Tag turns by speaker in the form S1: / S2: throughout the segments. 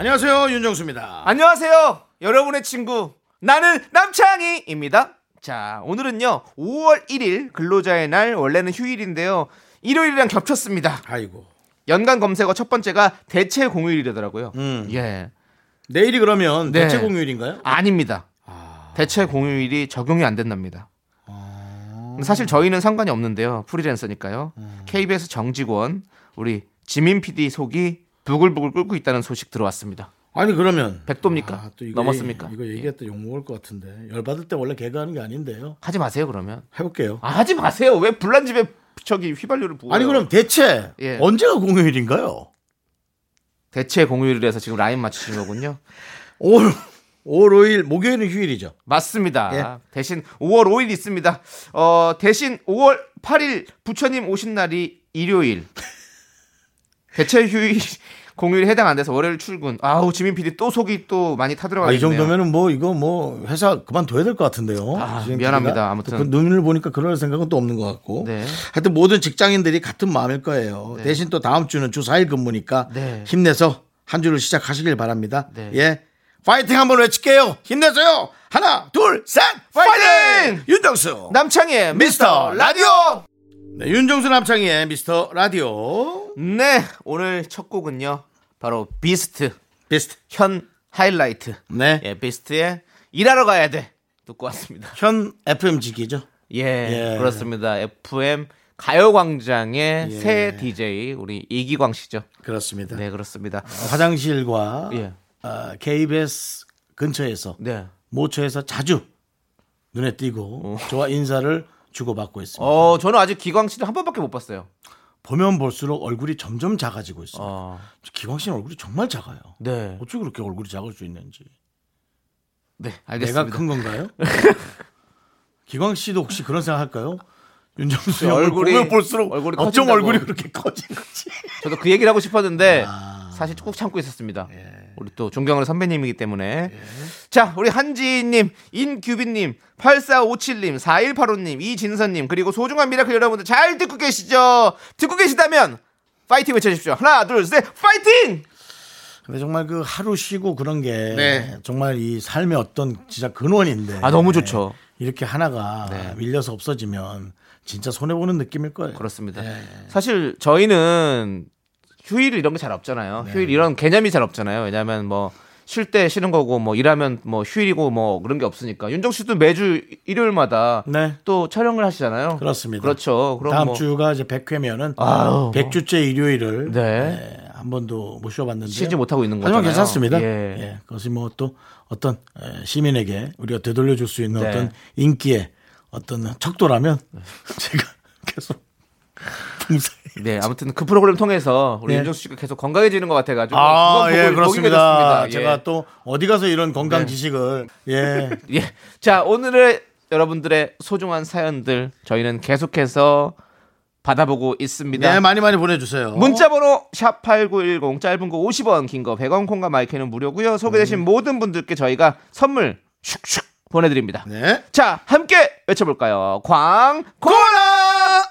S1: 안녕하세요 윤정수입니다.
S2: 안녕하세요. 여러분의 친구 나는 남창희입니다. 자, 오늘은요. 5월 1일 근로자의 날 원래는 휴일인데요. 일요일이랑 겹쳤습니다.
S1: 아이고
S2: 연간 검색어 첫 번째가 대체 공휴일이더라고요.
S1: 음.
S2: 예.
S1: 내일이 그러면
S2: 네.
S1: 대체 공휴일인가요?
S2: 아닙니다. 대체 공휴일이 적용이 안 된답니다.
S1: 아.
S2: 사실 저희는 상관이 없는데요. 프리랜서니까요.
S1: 음.
S2: KBS 정직원 우리 지민 PD 속이 부글부글 끓고 있다는 소식 들어왔습니다.
S1: 아니 그러면
S2: 백도입니까?
S1: 아, 또 이거
S2: 넘었습니까?
S1: 얘기- 이거 얘기했다 욕 먹을 것 같은데 열 받을 때 원래 개그하는 게 아닌데요.
S2: 하지 마세요 그러면.
S1: 해볼게요.
S2: 아, 하지 마세요. 왜 불난 집에 저기 휘발유를 부어요?
S1: 아, 니 그럼 대체
S2: 예.
S1: 언제가 공휴일인가요?
S2: 대체 공휴일이라서 지금 라인 맞추신 거군요.
S1: 5월 5월 5일 목요일은 휴일이죠.
S2: 맞습니다.
S1: 예.
S2: 대신 5월 5일 있습니다. 어, 대신 5월 8일 부처님 오신 날이 일요일. 대체 휴일 공휴일 해당 안 돼서 월요일 출근. 아우 지민 PD 또 속이 또 많이 타들어가
S1: 아, 이
S2: 있네요.
S1: 정도면은 뭐 이거 뭐 회사 그만둬야 될 것 같은데요.
S2: 아,
S1: 지금
S2: 미안합니다.
S1: PD가.
S2: 아무튼.
S1: 그 눈을 보니까 그럴 생각은 또 없는 것 같고.
S2: 네.
S1: 하여튼 모든 직장인들이 같은 마음일 거예요. 대신 또 다음 주는 주 4일 근무니까
S2: 네.
S1: 힘내서 한 주를 시작하시길 바랍니다.
S2: 네.
S1: 예. 파이팅 한번 외칠게요. 힘내세요. 하나, 둘, 셋. 파이팅!
S2: 파이팅!
S1: 윤정수.
S2: 남창희의 미스터 라디오.
S1: 네, 윤정수 남창희의 미스터 라디오.
S2: 네 오늘 첫 곡은요 바로 비스트
S1: 비스트.
S2: 현 하이라이트.
S1: 네.
S2: 예 비스트의 일하러 가야 돼 듣고 왔습니다.
S1: 현 FM지기죠.
S2: 예,
S1: 예.
S2: 그렇습니다. FM 가요광장의
S1: 예.
S2: 새 DJ 우리 이기광 씨죠.
S1: 그렇습니다.
S2: 네, 그렇습니다.
S1: 화장실과
S2: 예.
S1: 어, KBS 근처에서
S2: 네.
S1: 모처에서 자주 눈에 띄고 저와 인사를 주고받고 있습니다.
S2: 어, 저는 아직 기광 씨를 한 번밖에 못 봤어요.
S1: 보면 볼수록 얼굴이 점점 작아지고 있습니다.
S2: 어.
S1: 기광 씨는 얼굴이 정말 작아요.
S2: 네.
S1: 어떻게 그렇게 얼굴이 작을 수 있는지.
S2: 네, 알겠습니다.
S1: 내가 큰 건가요? 기광 씨도 혹시 그런 생각할까요? 윤정수 씨
S2: 그 얼굴이-
S1: 얼굴이 보면 볼수록
S2: 얼굴이
S1: 어쩜
S2: 커진다고.
S1: 얼굴이 그렇게 커진 거지?
S2: 저도 그 얘기를 하고 싶었는데 사실 꾹 참고 있었습니다. 우리 또 존경하는 선배님이기 때문에. 자, 우리 한지희님, 인규빈님, 8457님, 4185님, 이진선님, 그리고 소중한 미라클 여러분들 잘 듣고 계시죠? 듣고 계시다면 파이팅 외쳐주십시오. 하나, 둘, 셋, 파이팅!
S1: 근데 정말 그 하루 쉬고 그런 게
S2: 네.
S1: 정말 이 삶의 어떤 진짜 근원인데.
S2: 아, 너무 좋죠. 네.
S1: 이렇게 하나가 밀려서 없어지면 진짜 손해 보는 느낌일 거예요.
S2: 그렇습니다. 사실 저희는 휴일 이런 게 잘 없잖아요.
S1: 네.
S2: 휴일 이런 개념이 잘 없잖아요. 왜냐하면 뭐 쉴 때 쉬는 거고 뭐 일하면 뭐 휴일이고 뭐 그런 게 없으니까 윤정 씨도 매주 일요일마다
S1: 네.
S2: 또 촬영을 하시잖아요.
S1: 그렇습니다.
S2: 그렇죠. 그럼
S1: 다음
S2: 뭐
S1: 주가 이제 100회면은
S2: 아우.
S1: 100주째 일요일을
S2: 네.
S1: 예, 한 번도 못 쉬어봤는데
S2: 쉬지 못하고 있는
S1: 하지만
S2: 거잖아요.
S1: 괜찮습니다.
S2: 예.
S1: 예. 그것이 뭐 또 어떤 예, 시민에게 우리가 되돌려줄 수 있는
S2: 네.
S1: 어떤 인기의 어떤 척도라면 제가 계속 봉사해.
S2: 네 아무튼 그 프로그램 통해서 우리
S1: 예.
S2: 윤정 씨가 계속 건강해지는 것 같아가지고
S1: 아,
S2: 그건 보고
S1: 예,
S2: 보게
S1: 그렇습니다.
S2: 됐습니다. 예. 네.
S1: 제가 또 어디 가서 이런 건강 지식을 예.
S2: 예. 자, 오늘의 여러분들의 소중한 사연들 저희는 계속해서 받아보고 있습니다.
S1: 네, 많이 많이 보내주세요.
S2: 문자번호 샵8910 짧은 거 50원 긴 거 100원 콩과 마이크는 무료고요 소개되신
S1: 음.
S2: 모든 분들께 저희가 선물 슉슉 보내드립니다
S1: 네.
S2: 자 함께 외쳐볼까요 광고라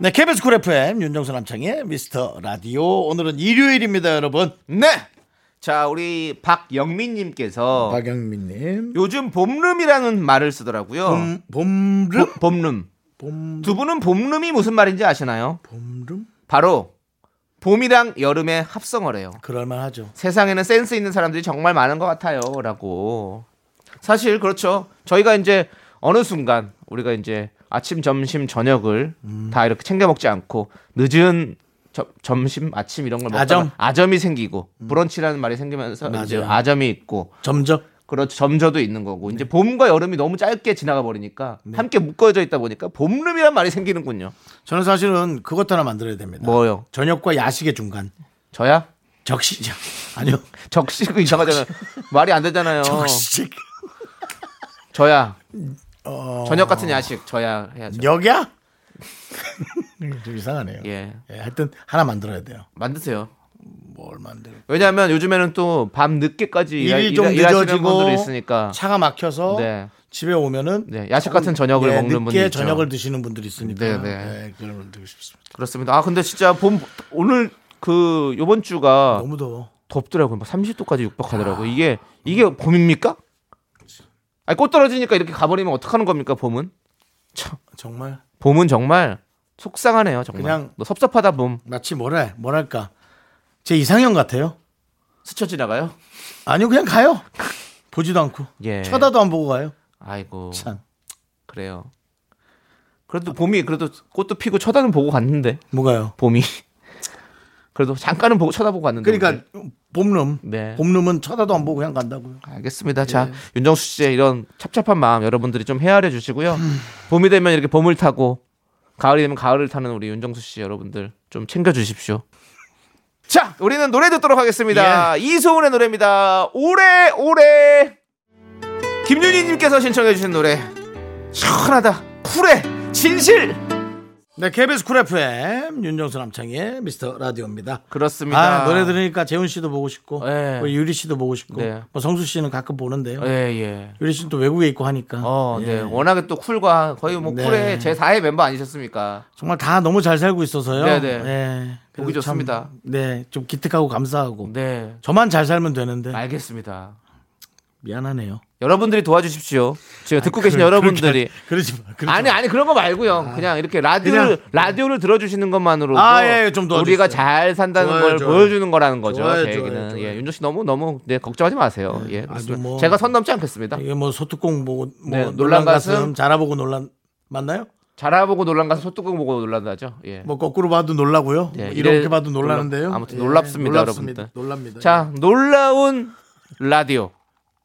S1: 네, KBS 쿨 FM 윤정수 남창희의 미스터 라디오. 오늘은 일요일입니다, 여러분.
S2: 네. 자, 우리 어. 박영민님께서
S1: 박영민님.
S2: 요즘 봄름이라는 말을 쓰더라고요.
S1: 음, 봄, 봄름?
S2: 봄, 름
S1: 봄,
S2: 두 분은 봄름이 무슨 말인지 아시나요?
S1: 봄름?
S2: 바로 봄이랑 여름의 합성어래요.
S1: 그럴만하죠.
S2: 세상에는 센스 있는 사람들이 정말 많은 것 같아요라고. 사실 그렇죠. 저희가 이제 어느 순간 우리가 이제 아침, 점심, 저녁을
S1: 음.
S2: 다 이렇게 챙겨 먹지 않고 늦은 저- 점심, 아침 이런 걸 먹다가
S1: 아점. 음.
S2: 아점이 생기고 브런치라는 말이 생기면서 이제
S1: 맞아요.
S2: 아점이 있고
S1: 점적.
S2: 그렇죠. 점저도 있는 거고
S1: 네.
S2: 이제 봄과 여름이 너무 짧게 지나가 버리니까 함께 묶어져 있다 보니까 봄름이란 말이 생기는군요.
S1: 저는 사실은 그것 하나 만들어야 됩니다.
S2: 뭐요?
S1: 저녁과 야식의 중간.
S2: 저야?
S1: 적시적. 아니요.
S2: 적시고 이상하잖아요. 말이 안 되잖아요.
S1: 적시적.
S2: 저야.
S1: 어.
S2: 저녁 같은 야식 저야 해야죠.
S1: 여기야? 좀 이상하네요. 예.
S2: 예.
S1: 하여튼 하나 만들어야 돼요.
S2: 만드세요.
S1: 뭘 만들?
S2: 왜냐하면 요즘에는 또 밤 늦게까지 일하,
S1: 일이 좀
S2: 일하, 시는
S1: 늦어지고
S2: 분들이 있으니까.
S1: 음. 차가 막혀서
S2: 네.
S1: 집에 오면은
S2: 네, 야식 같은 저녁을
S1: 예,
S2: 먹는 분이
S1: 늦게
S2: 있죠.
S1: 저녁을 드시는 분들이 있으니까
S2: 네, 네.
S1: 예, 그런 걸 드리고 싶습니다.
S2: 그렇습니다. 아 근데 진짜 봄 오늘 그 요번 주가
S1: 너무 더워.
S2: 덥더라고요. 막 30도까지 육박하더라고요. 이게 이게 봄입니까? 아니 꽃 떨어지니까 이렇게 가버리면 어떡하는 겁니까 봄은?
S1: 정말
S2: 봄은 정말 속상하네요. 정말.
S1: 그냥-
S2: 너 섭섭하다 봄
S1: 마치 뭐래 뭐랄까 제 이상형 같아요.
S2: 스쳐 지나가요.
S1: 아니요 그냥 가요. 보지도 않고
S2: 예.
S1: 쳐다도 안 보고 가요.
S2: 아이고
S1: 참
S2: 그래요. 그래도 봄이 그래도 꽃도 피고 쳐다는 보고 갔는데
S1: 뭐가요?
S2: 봄이 그래도 잠깐은 보고 쳐다보고 갔는데 오늘.
S1: 그러니까 봄룸 네.
S2: 네.
S1: 봄룸은 쳐다도 안 보고 그냥 간다고요.
S2: 알겠습니다. 자 윤정수 씨의 이런 찹찹한 마음 여러분들이 좀 헤아려 주시고요.
S1: 음.
S2: 봄이 되면 이렇게 봄을 타고 가을이 되면 가을을 타는 우리 윤정수 씨 여러분들 좀 챙겨 주십시오. 자 우리는 노래 듣도록
S1: 예.
S2: 하겠습니다. 이소은의 노래입니다. 오래 오래 김윤희님께서 신청해 주신 노래 시원하다 쿨해 진실.
S1: 네 KBS 쿨 FM 윤정수 남창의 미스터 라디오입니다.
S2: 그렇습니다.
S1: 아, 노래 들으니까 재훈 씨도 보고 싶고
S2: 예.
S1: 뭐 유리 씨도 보고 싶고
S2: 네.
S1: 뭐 성수 씨는 가끔 보는데요.
S2: 예, 예.
S1: 유리 씨는 또 외국에 있고 하니까
S2: 어,
S1: 예.
S2: 네. 워낙에 또 쿨과 거의 뭐
S1: 네.
S2: 쿨의 제 4의 멤버 아니셨습니까?
S1: 정말 다 너무 잘 살고 있어서요.
S2: 네네.
S1: 예.
S2: 보기
S1: 그래서 참,
S2: 좋습니다.
S1: 네, 좀 기특하고 감사하고
S2: 네.
S1: 저만 잘 살면 되는데
S2: 알겠습니다.
S1: 미안하네요.
S2: 여러분들이 도와주십시오. 지금 듣고 계신
S1: 아, 그러-
S2: 여러분들이
S1: 그러니까, 그렇게- 그러지 마. 그렇죠. 그러지
S2: 아니
S1: 마.
S2: 아니 그런 거 말고요. 그냥 이렇게 라디오를 라디오를 들어주시는 것만으로도
S1: 아, 예, 예, 좀 도와주세요.
S2: 우리가 잘 산다는
S1: 좋아요,
S2: 걸
S1: 좋아요.
S2: 보여주는 거라는 거죠.
S1: 좋아요,
S2: 제
S1: 좋아요,
S2: 얘기는
S1: 좋아요.
S2: 예, 윤종 씨 너무 너무 네, 걱정하지 마세요. 예, 그렇습니다.
S1: 아주 뭐-
S2: 제가 선 넘지 않겠습니다.
S1: 이게 뭐 소뚜껑 보고 뭐
S2: 네,
S1: 놀란
S2: 놀란
S1: 가슴,
S2: 가슴.
S1: 자라보고 놀란 맞나요?
S2: 자라보고 놀란 가서 소뚜껑 보고 놀란다죠. 예.
S1: 뭐 거꾸로 봐도 놀라고요.
S2: 예,
S1: 뭐 이렇게
S2: 이래-
S1: 봐도 놀라는데요. 예,
S2: 놀라- 아무튼 놀랍습니다,
S1: 놀랍습니다.
S2: 여러분들.
S1: 놀랍니다.
S2: 자, 놀라운 라디오.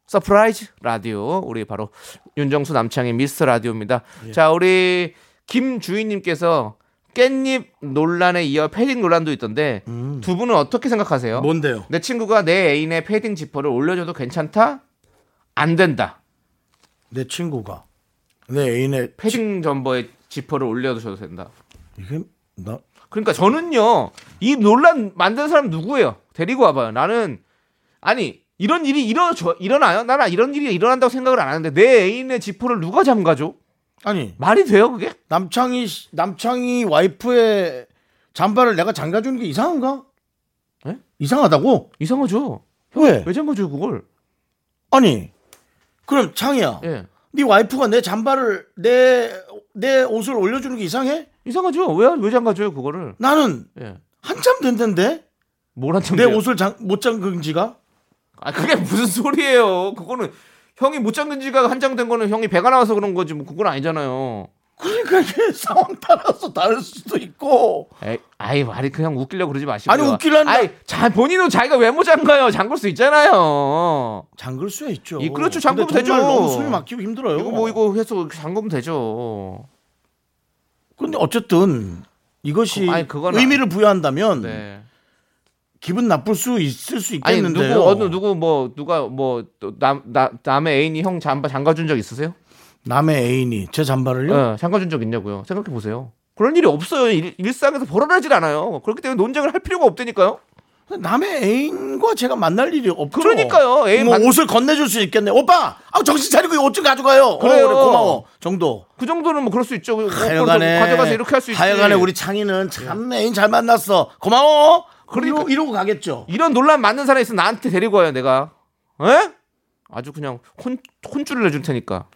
S2: 서프라이즈 라디오. 우리 바로 윤정수 남창의 미스터 라디오입니다. 자, 우리 김주인님께서 깻잎 논란에 이어 패딩 논란도 있던데 두 분은 어떻게 생각하세요?
S1: 예. 뭔데요?
S2: 내 친구가 내 애인의 패딩 지퍼를 올려줘도 괜찮다? 안 된다.
S1: 내 친구가 내 애인의
S2: 패딩 점퍼에 지퍼를 올려주셔도 된다.
S1: 이게 나
S2: 그러니까 저는요 이 논란 만든 사람 누구예요? 데리고 와봐요. 나는 아니 이런 일이 일어 일어나요? 나는 이런 일이 일어난다고 생각을 안 하는데 내 애인의 지퍼를 누가 잠가줘?
S1: 아니
S2: 말이 돼요 그게?
S1: 남창희 씨- 남창희 와이프의 잠바를 내가 잠가주는 게 이상한가?
S2: 에?
S1: 이상하다고?
S2: 이상하죠.
S1: 왜?
S2: 예? 왜 잠가줘 그걸?
S1: 아니 그럼 창희야,
S2: 예
S1: 네 와이프가 내 잠바를 내 내 옷을 올려주는 게 이상해?
S2: 이상하죠. 왜왜 잠가줘요 그거를?
S1: 나는
S2: 예뭘
S1: 한참 된댄데
S2: 한참
S1: 내
S2: 돼요?
S1: 옷을 잠- 못 잠근 지가
S2: 아 그게 무슨 소리예요? 그거는 형이 못 잠근 지가 한장된 거는 형이 배가 나와서 그런 거지 뭐 그건 아니잖아요.
S1: 그러니까 이게 상황 따라서 다를 수도 있고
S2: 에이, 아이 말이 그냥 웃기려고 그러지 마시고요.
S1: 아니, 웃기려는데-
S2: 아이, 자 본인도 자기가 왜 못 잠가요? 잠글 수 있잖아요.
S1: 잠글 수 있죠.
S2: 이-
S1: 근데
S2: 그렇죠, 잠그면 되죠.
S1: 정말 너무 숨이 막히고 힘들어요.
S2: 이거 뭐 이거 해서 잠그면 되죠.
S1: 근데 어쨌든 이것이
S2: 아니, 그건
S1: 의미를 부여한다면
S2: 네.
S1: 기분 나쁠 수 있을 수
S2: 아니 누구
S1: 음. 있겠는데요.
S2: 어느 누구 뭐 누가 뭐남나 남의 애인이 형 잠바 잠가준 적 있으세요?
S1: 남의 애인이 제 잠바를요?
S2: 예, 잠가준 적 있냐고요? 생각해 보세요. 그런 일이 없어요. 일, 일상에서 벌어나질 않아요. 그렇기 때문에 논쟁을 할 필요가 없다니까요.
S1: 남의 애인과 제가 만날 일이 없죠.
S2: 그러니까요. 애인
S1: 뭐
S2: 만-
S1: 옷을 건네줄 수 있겠네. 오빠, 아 정신 차리고 이 옷 좀 가져가요.
S2: 그래요.
S1: 어, 그래, 고마워. 정도.
S2: 그 정도는 뭐 그럴 수 있죠.
S1: 하여간에
S2: 가져가서 이렇게 할 수 있지. 네.
S1: 하여간에 우리 창이는 참 애인 잘 만났어. 고마워.
S2: 그러니까-
S1: 이러, 이러고 가겠죠.
S2: 이런 논란 맞는 사람이 예? 있으면 나한테 데리고 와요 내가 에? 아주 그냥 혼, 혼쭐을 내줄 테니까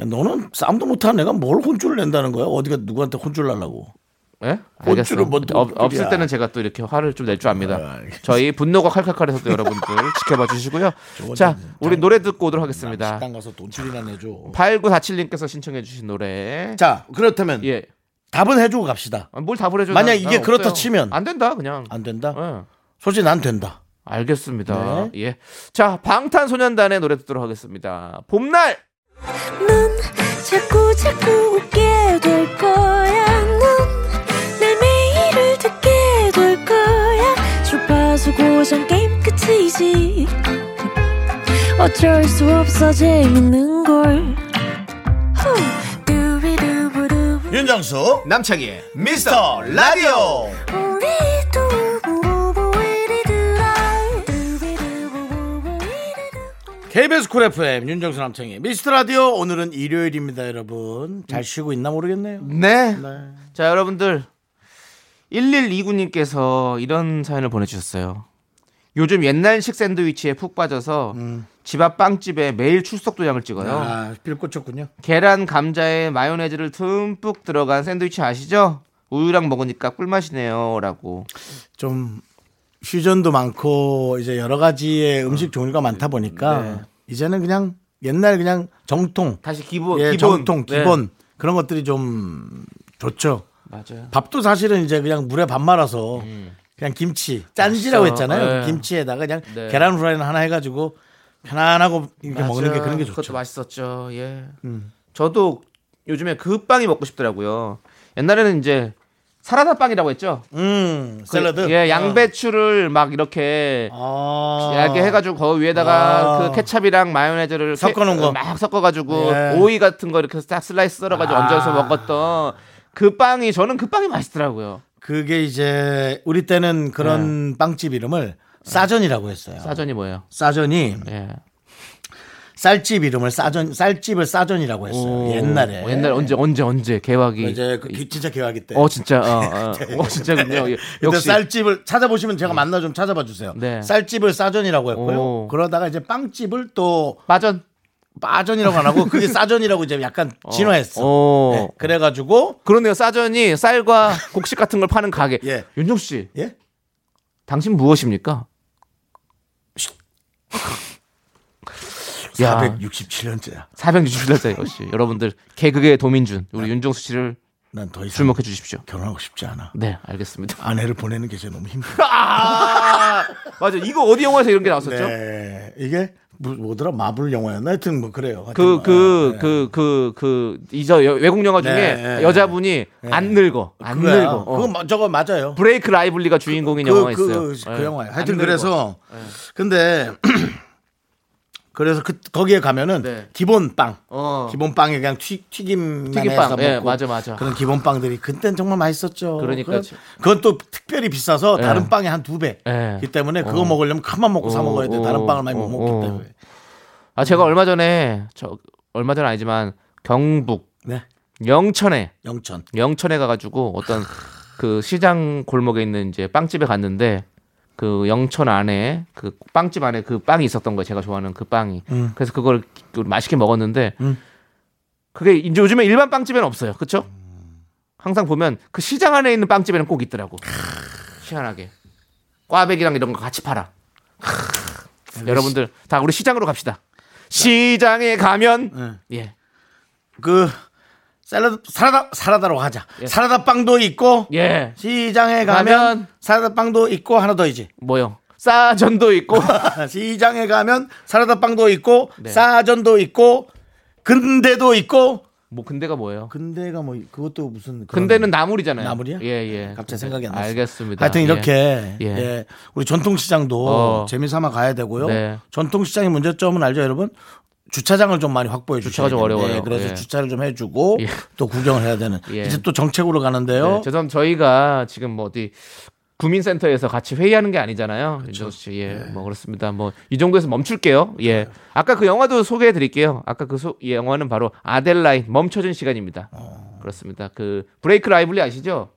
S1: 야, 너는 싸움도 못하는 애가 뭘 혼쭐을 낸다는 거야? 어디가 누구한테 혼쭐 날라고?
S2: 예? 알겠어.
S1: 혼쭐을 뭔
S2: 없, 없을
S1: 혼쭐이야.
S2: 때는 제가 또 이렇게 화를 좀 낼 줄 압니다.
S1: 아, 알겠어.
S2: 저희 분노가 칼칼칼해서 또 여러분들 지켜봐 주시고요. 자, 우리 노래 듣고 오도록 하겠습니다.
S1: 식당 가서 돈줄이나 내줘.
S2: 8947님께서 신청해 주신 노래.
S1: 자, 그렇다면
S2: 예.
S1: 답은 해주고 갑시다.
S2: 아, 뭘 답을 해줘.
S1: 만약
S2: 난-
S1: 이게
S2: 난 없어요.
S1: 그렇다 치면.
S2: 안 된다 그냥.
S1: 안 된다? 네.
S2: 예.
S1: 솔직히 난 된다.
S2: 알겠습니다. 예. 자, 방탄소년단의 노래 듣도록 하겠습니다. 봄날.
S3: 넌 자꾸 자꾸 웃게 될 거야. 넌내 매일을 듣게 될 거야. 주파수 고정 게임 끝이지. 어쩔 수 없어 재밌는 걸. 후. 두비두부두부.
S1: 윤정수
S2: 남창희의 미스터 라디오.
S3: 우리 두부부부 이리들아. 두비두부부부 이리들아.
S1: KBS 쿨 FM 윤정수 남창희 미스터 라디오 오늘은 일요일입니다 여러분
S2: 음.
S1: 잘 쉬고 있나 모르겠네요
S2: 네. 자, 여러분들. 1129님께서 이런 사연을 보내주셨어요. 요즘 옛날식 샌드위치에 푹 빠져서 집 앞 빵집에 매일 출석 도장을 찍어요.
S1: 아 빌꽂혔군요
S2: 계란 감자에 마요네즈를 듬뿍 들어간 샌드위치 아시죠? 우유랑 먹으니까 꿀맛이네요라고.
S1: 좀 퓨전도 많고 이제 여러 가지의 음식 종류가 많다 보니까
S2: 아, 네.
S1: 이제는 그냥 옛날 그냥 정통
S2: 다시 기본
S1: 예,
S2: 기본
S1: 정통
S2: 네.
S1: 기본 그런 것들이 좀 좋죠
S2: 맞아요.
S1: 밥도 사실은 이제 그냥 물에 밥 말아서 그냥 김치 짠지라고
S2: 맛있어.
S1: 했잖아요
S2: 음. 네.
S1: 김치에다가 그냥
S2: 네.
S1: 계란 후라이는 하나 해가지고 편안하고 이렇게 먹는 게
S2: 맞아요.
S1: 그런 게
S2: 그것도
S1: 좋죠 음.
S2: 맛있었죠. 예. 저도 요즘에 그 빵이 먹고 싶더라고요. 옛날에는 이제 사라다 빵이라고 했죠.
S1: 음
S2: 그,
S1: 샐러드
S2: 예, 양배추를 막 이렇게
S1: 아.
S2: 얇게 해가지고 거기 위에다가
S1: 아.
S2: 그 케찹이랑 마요네즈를
S1: 섞어놓은
S2: 케-
S1: 거.
S2: 막 섞어가지고
S1: 예.
S2: 오이 같은 거 이렇게 싹 슬라이스 썰어가지고
S1: 아.
S2: 얹어서 먹었던 그 빵이 저는 그 빵이 맛있더라고요.
S1: 그게 이제 우리 때는 그런 빵집 이름을 싸전이라고 했어요.
S2: 네. 사전이 뭐예요?
S1: 싸전이
S2: 예.
S1: 쌀집 이름을 싸전 쌀집을 싸전이라고 했어요. 옛날에.
S2: 어, 옛날 언제 언제 언제 개화기.
S1: 이제 그 기- 진짜 개화기 때.
S2: 어 진짜 어, 어, 어, 진짜군요. 예,
S1: 근데
S2: 역시
S1: 쌀집을 찾아보시면 제가 만나 좀 찾아봐 주세요.
S2: 네.
S1: 쌀집을 싸전이라고 했고요.
S2: 오.
S1: 그러다가 이제 빵집을 또
S2: 빠전.
S1: 빠전이라고 안 하고 그게 싸전이라고 이제 약간 진화했어.
S2: 어.
S1: 네, 그래가지고
S2: 그러네요. 싸전이 쌀과 곡식 같은 걸 파는 가게.
S1: 예.
S2: 윤종 씨,
S1: 예
S2: 당신 무엇입니까? 야,
S1: 467년째야.
S2: 467년째 역시 여러분들 개그계의 도민준 우리 윤종수 씨를
S1: 난 더 이상
S2: 주목해 주십시오.
S1: 결혼하고 싶지 않아.
S2: 네, 알겠습니다.
S1: 아내를 보내는 게 제일 너무 힘들어.
S2: 아, 맞아. 이거 어디 영화에서 이런 게 나왔었죠?
S1: 네. 이게 뭐- 뭐더라 마블 영화였나 하여튼 뭐 그래요.
S2: 그,
S1: 하여튼
S2: 그,
S1: 뭐, 예.
S2: 그, 그, 그, 이저 여- 외국 영화 중에
S1: 네, 네,
S2: 여자분이 안 늙어. 안
S1: 그거야.
S2: 늙어. 어.
S1: 그거 마- 저거 맞아요.
S2: 브레이크 라이블리가 주인공인 영화가
S1: 그, 그,
S2: 있어요.
S1: 그,
S2: 예.
S1: 그 영화예요.
S2: 안
S1: 하여튼
S2: 늙어.
S1: 그래서 근데 그래서 그 거기에 가면은
S2: 네.
S1: 기본 빵.
S2: 어.
S1: 기본 빵에 그냥 튀, 튀김
S2: 튀김빵.
S1: 해서 먹고
S2: 예, 맞아, 맞아.
S1: 그런 기본 빵들이 그땐 정말 맛있었죠.
S2: 그러니까요.
S1: 그건, 그건 또 특별히 비싸서
S2: 예.
S1: 다른 빵에 한 두 배.
S2: 예.
S1: 기 때문에 그거 먹으려면 큰맘 먹고 사
S2: 어,
S1: 먹어야 돼.
S2: 어,
S1: 다른 빵을 많이
S2: 어,
S1: 못 먹기
S2: 어.
S1: 때문에.
S2: 아, 제가 얼마 전에 저 얼마 전 아니지만 경북
S1: 네.
S2: 영천에
S1: 영천.
S2: 영천에 가가지고 어떤 그 시장 골목에 있는 이제 빵집에 갔는데 그 영천 안에 그 빵집 안에 그 빵이 있었던 거예요. 제가 좋아하는 그 빵이. 그래서 그걸 그 맛있게 먹었는데 그게 이제 요즘에 일반 빵집에는 없어요. 그렇죠? 항상 보면 그 시장 안에 있는 빵집에는 꼭 있더라고. 희한하게 꽈배기랑 이런 거 같이 팔아. 여러분들 다 우리 시장으로 갑시다. 시장에 가면 예
S1: 그 샐러드 사라다 사라다로 하자. 사라다 빵도 있고
S2: 예.
S1: 시장에
S2: 가면
S1: 가면 사라다 빵도 있고 하나 더이지.
S2: 뭐요? 싸전도 있고
S1: 시장에 가면 사라다 빵도 있고
S2: 네.
S1: 싸전도 있고 근대도 있고
S2: 뭐 근대가 뭐예요?
S1: 근대가 뭐 그것도 무슨 그런
S2: 근대는 나물이잖아요.
S1: 나물이야?
S2: 예, 예.
S1: 갑자기 생각이 안 났어.
S2: 알겠습니다.
S1: 하여튼 이렇게
S2: 예.
S1: 예. 우리 전통시장도
S2: 어.
S1: 재미삼아 가야 되고요.
S2: 네.
S1: 전통시장의 문제점은 알죠, 여러분? 주차장을 좀 많이 확보해 주셔야
S2: 주차가 좀
S1: 되는데
S2: 어려워요.
S1: 그래서
S2: 예.
S1: 주차를 좀 해주고
S2: 예.
S1: 또 구경을 해야 되는.
S2: 예.
S1: 이제 또 정책으로 가는데요.
S2: 네, 죄송합니다. 저희가 지금 뭐 어디 구민센터에서 같이 회의하는 게 아니잖아요. 윤정 씨, 예,
S1: 네.
S2: 뭐 그렇습니다. 뭐 이 정도에서 멈출게요. 예, 아까 그 영화도 소개해드릴게요. 아까 그 소- 이 영화는 바로 아델라인 멈춰진 시간입니다.
S1: 어.
S2: 그렇습니다. 그 브레이크 라이블리 아시죠?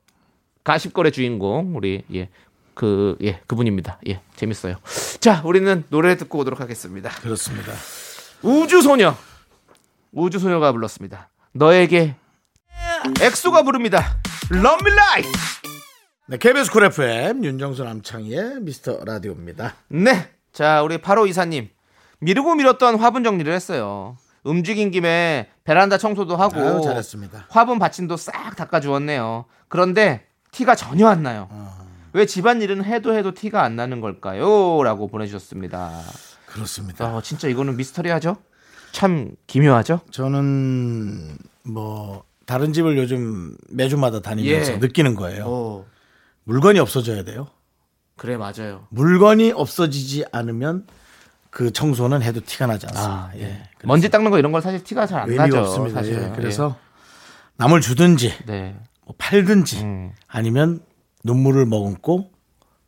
S2: 가십걸의 주인공 우리 예. 그, 예, 그분입니다. 예, 재밌어요. 자, 우리는 노래 듣고 오도록 하겠습니다.
S1: 그렇습니다.
S2: 우주소녀. 우주소녀가 불렀습니다. 너에게 엑소가 부릅니다. 럼밀 라이프.
S1: 네, KBS 쿨 FM 윤정수 남창희의 미스터 라디오입니다.
S2: 네. 자, 우리 바로 이사님. 미루고 미뤘던 화분 정리를 했어요. 움직인 김에 베란다 청소도 하고
S1: 아유, 잘했습니다.
S2: 화분 받침도 싹 닦아 주었네요. 그런데 티가 전혀 안 나요.
S1: 어.
S2: 왜 집안 일은 해도 해도 티가 안 나는 걸까요?라고 보내주셨습니다.
S1: 그렇습니다.
S2: 아, 진짜 이거는 미스터리하죠? 참 기묘하죠?
S1: 저는 뭐 다른 집을 요즘 매주마다 다니면서
S2: 예.
S1: 느끼는 거예요.
S2: 어,
S1: 물건이 없어져야 돼요.
S2: 그래 맞아요.
S1: 물건이 없어지지 않으면 그 청소는 해도 티가 나지 않습니다.
S2: 아,
S1: 예.
S2: 예. 먼지 닦는 거 이런 건 사실 티가 잘 안
S1: 의미가
S2: 나죠.
S1: 없습니다. 예,
S2: 사실은.
S1: 그래서 남을 주든지
S2: 예. 네.
S1: 뭐 팔든지
S2: 음.
S1: 아니면 눈물을 머금고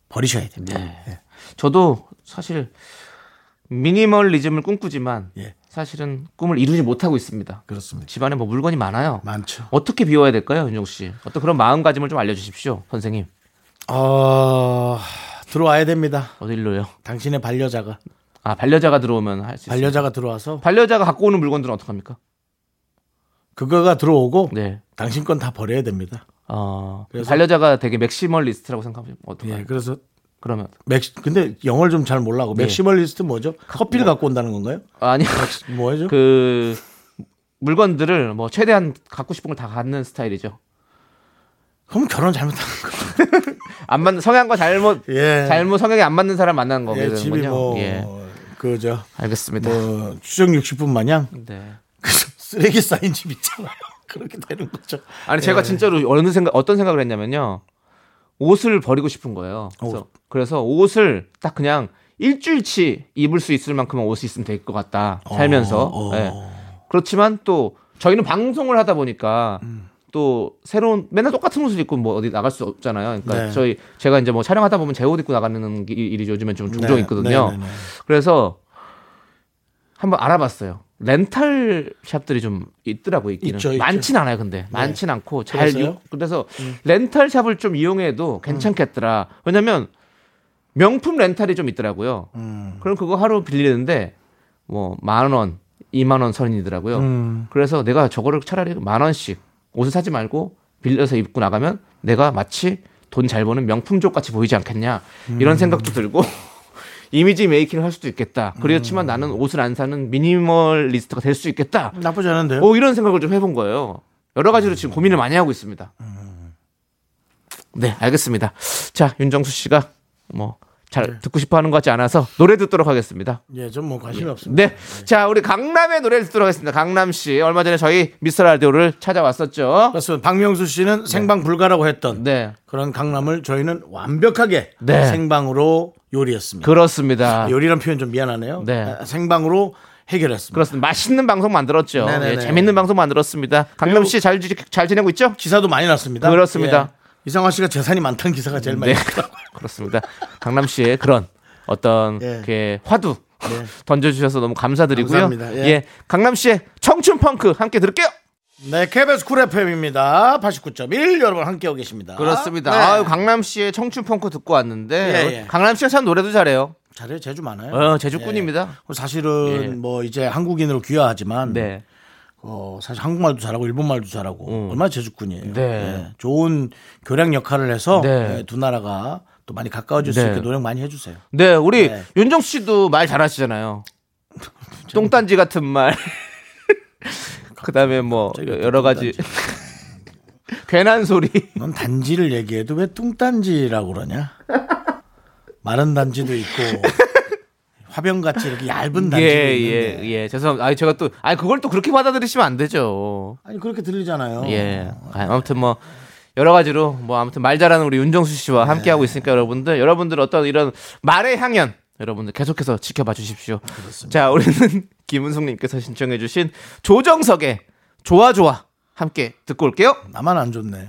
S1: 버리셔야 됩니다. 예.
S2: 네. 저도 사실 미니멀리즘을 꿈꾸지만
S1: 예.
S2: 사실은 꿈을 이루지 못하고 있습니다.
S1: 그렇습니다.
S2: 집안에 뭐 물건이 많아요.
S1: 많죠.
S2: 어떻게 비워야 될까요, 윤종 씨? 어떤 그런 마음가짐을 좀 알려주십시오, 선생님.
S1: 어, 들어와야 됩니다.
S2: 어디로요?
S1: 당신의 반려자가
S2: 아 반려자가 들어오면 할 수 있어요.
S1: 반려자가 들어와서
S2: 반려자가 갖고 오는 물건들은 어떡합니까?
S1: 그거가 들어오고
S2: 네.
S1: 당신 건 다 버려야 됩니다.
S2: 어,
S1: 그래서-
S2: 반려자가 되게 맥시멀리스트라고 생각하면 어떡해요?
S1: 예, 그래서
S2: 그러면
S1: 맥시 근데 영어를 좀 잘 몰라고
S2: 예.
S1: 맥시멀리스트 뭐죠? 커피를 갖고 온다는 건가요?
S2: 아니
S1: 뭐죠?
S2: 그 물건들을 뭐 최대한 갖고 싶은 걸 다 갖는 스타일이죠.
S1: 그럼 결혼 잘못한 거.
S2: 안 맞는 성향과 잘못
S1: 예.
S2: 잘못 성향이 안 맞는 사람 만나는 거거든요.
S1: 예, 집이 뭐
S2: 예.
S1: 그죠?
S2: 알겠습니다.
S1: 뭐 추정 60분 마냥
S2: 네.
S1: 그 쓰레기 쌓인 집 있잖아요. 그렇게 되는 거죠.
S2: 아니
S1: 예.
S2: 제가 진짜로 어느 생각 어떤 생각을 했냐면요. 옷을 버리고 싶은 거예요. 그래서,
S1: 옷.
S2: 그래서 옷을 딱 그냥 일주일치 입을 수 있을 만큼만 옷이 있으면 될 것 같다. 살면서.
S1: 어, 어.
S2: 예. 그렇지만 또 저희는 방송을 하다 보니까
S1: 음.
S2: 또 새로운 맨날 똑같은 옷을 입고 뭐 어디 나갈 수 없잖아요. 그러니까
S1: 네.
S2: 저희 제가 이제 뭐 촬영하다 보면 제 옷 입고 나가는 게 일이 요즘엔 좀 종종
S1: 네,
S2: 있거든요.
S1: 네, 네, 네.
S2: 그래서 한번 알아봤어요. 렌탈 샵들이 좀 있더라고요. 있기는
S1: 있죠, 있죠.
S2: 많진 않아요, 근데 많진 않고
S1: 네.
S2: 잘
S1: 그래서요? 음.
S2: 그 그래서 렌탈 샵을 좀 이용해도 괜찮겠더라. 왜냐면 명품 렌탈이 좀 있더라고요.
S1: 음.
S2: 그럼 그거 하루 빌리는데 뭐 만 원, 이만 원 선이더라고요.
S1: 음.
S2: 그래서 내가 저거를 차라리 만 원씩 옷을 사지 말고 빌려서 입고 나가면 내가 마치 돈 잘 버는 명품족 같이 보이지 않겠냐 이런
S1: 음.
S2: 생각도 들고 이미지 메이킹을 할 수도 있겠다.
S1: 음.
S2: 그렇지만 나는 옷을 안 사는 미니멀리스트가 될 수 있겠다.
S1: 나쁘지 않은데요.
S2: 뭐 이런 생각을 좀 해본 거예요. 여러 가지로 지금 고민을 많이 하고 있습니다. 네, 알겠습니다. 자, 윤정수 씨가 뭐 잘
S1: 네.
S2: 듣고 싶어 하는 것 같지 않아서 노래 듣도록 하겠습니다.
S1: 예, 좀 뭐 관심이 없습니다.
S2: 네. 자, 우리 강남의 노래를 듣도록 하겠습니다. 강남 씨. 얼마 전에 저희 미스터 라디오를 찾아왔었죠.
S1: 그렇습니다. 박명수 씨는 생방 불가라고 했던
S2: 네.
S1: 그런 강남을 저희는 완벽하게
S2: 네.
S1: 생방으로 요리했습니다.
S2: 그렇습니다.
S1: 아, 요리란 표현 좀 미안하네요.
S2: 네.
S1: 아, 생방으로 해결했습니다.
S2: 그렇습니다. 맛있는 방송 만들었죠.
S1: 네네네.
S2: 예, 재밌는 방송 만들었습니다. 강남 씨 잘 잘 지내고 있죠?
S1: 기사도 많이 났습니다.
S2: 그렇습니다.
S1: 예. 이상화 씨가 재산이 많다는 기사가 제일 많이
S2: 네.
S1: 났더라고요.
S2: 그렇습니다. 강남 씨의 그런 어떤
S1: 예. 네.
S2: 그 화두 던져주셔서 너무 감사드리고요.
S1: 감사합니다. 예.
S2: 강남 씨의 청춘 펑크 함께 들을게요.
S1: 네, KBS 쿨 FM입니다. 89.1 여러분 함께하고 계십니다.
S2: 그렇습니다.
S1: 네.
S2: 아유, 강남 씨의 청춘 펑크 듣고 왔는데
S1: 예, 예.
S2: 강남 씨가 참 노래도 잘해요.
S1: 잘해요. 재주 많아요.
S2: 어, 제주꾼입니다.
S1: 예. 사실은
S2: 예.
S1: 뭐 이제 한국인으로 귀화하지만
S2: 네.
S1: 어, 사실 한국말도 잘하고 일본말도 잘하고 얼마나 재주꾼이에요.
S2: 음. 네.
S1: 예, 좋은 교량 역할을 해서
S2: 네.
S1: 예, 두 나라가 또 많이 가까워질 수
S2: 네.
S1: 있게 노력 많이 해주세요.
S2: 네, 우리
S1: 네.
S2: 윤정수 씨도 말 잘하시잖아요. 똥단지 같은 말. 그다음에 뭐
S1: 갑자기
S2: 여러 가지 괜한 소리.
S1: 넌 단지를 얘기해도 왜 뚱단지라고 그러냐? 마른 단지도 있고 화병같이 이렇게 얇은 단지도
S2: 예예예
S1: 있는데
S2: 죄송합니다. 아 제가 또 아니 그걸 또 그렇게 받아들이시면 안 되죠.
S1: 아니 그렇게 들리잖아요.
S2: 예. 아, 아무튼 뭐 여러 가지로 뭐 아무튼 말 잘하는 우리 윤정수 씨와
S1: 네.
S2: 함께 하고 있으니까 여러분들 여러분들 어떤 이런 말의 향연 여러분들 계속해서 지켜봐 주십시오. 자, 우리는 김은숙 님께서 신청해 주신 조정석의 좋아 좋아 함께 듣고 올게요.
S1: 나만 안 좋네.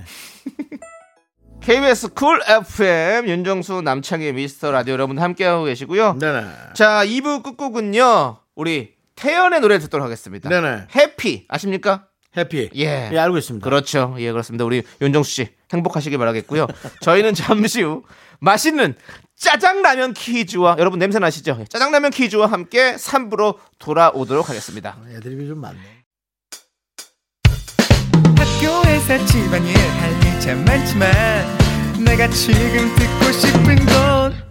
S2: KBS 쿨 FM 윤정수 남창희 미스터 라디오 여러분 함께 하고 계시고요.
S1: 네네.
S2: 자, 2부 끝곡은요. 우리 태연의 노래 듣도록 하겠습니다.
S1: 네네.
S2: 해피 아십니까?
S1: 해피.
S2: 예.
S1: 예 알고 있습니다.
S2: 그렇죠. 예, 그렇습니다. 우리 윤정수 씨 행복하시길 바라겠고요. 저희는 잠시 후 맛있는 짜장라면 퀴즈와 여러분 냄새 예, 나시죠? 짜장라면 퀴즈와 함께 3부로 돌아오도록 하겠습니다.
S1: 애드립이 좀 많네.
S4: 학교에서 집안일 할 일 참 많지만 내가 지금 듣고 싶은 건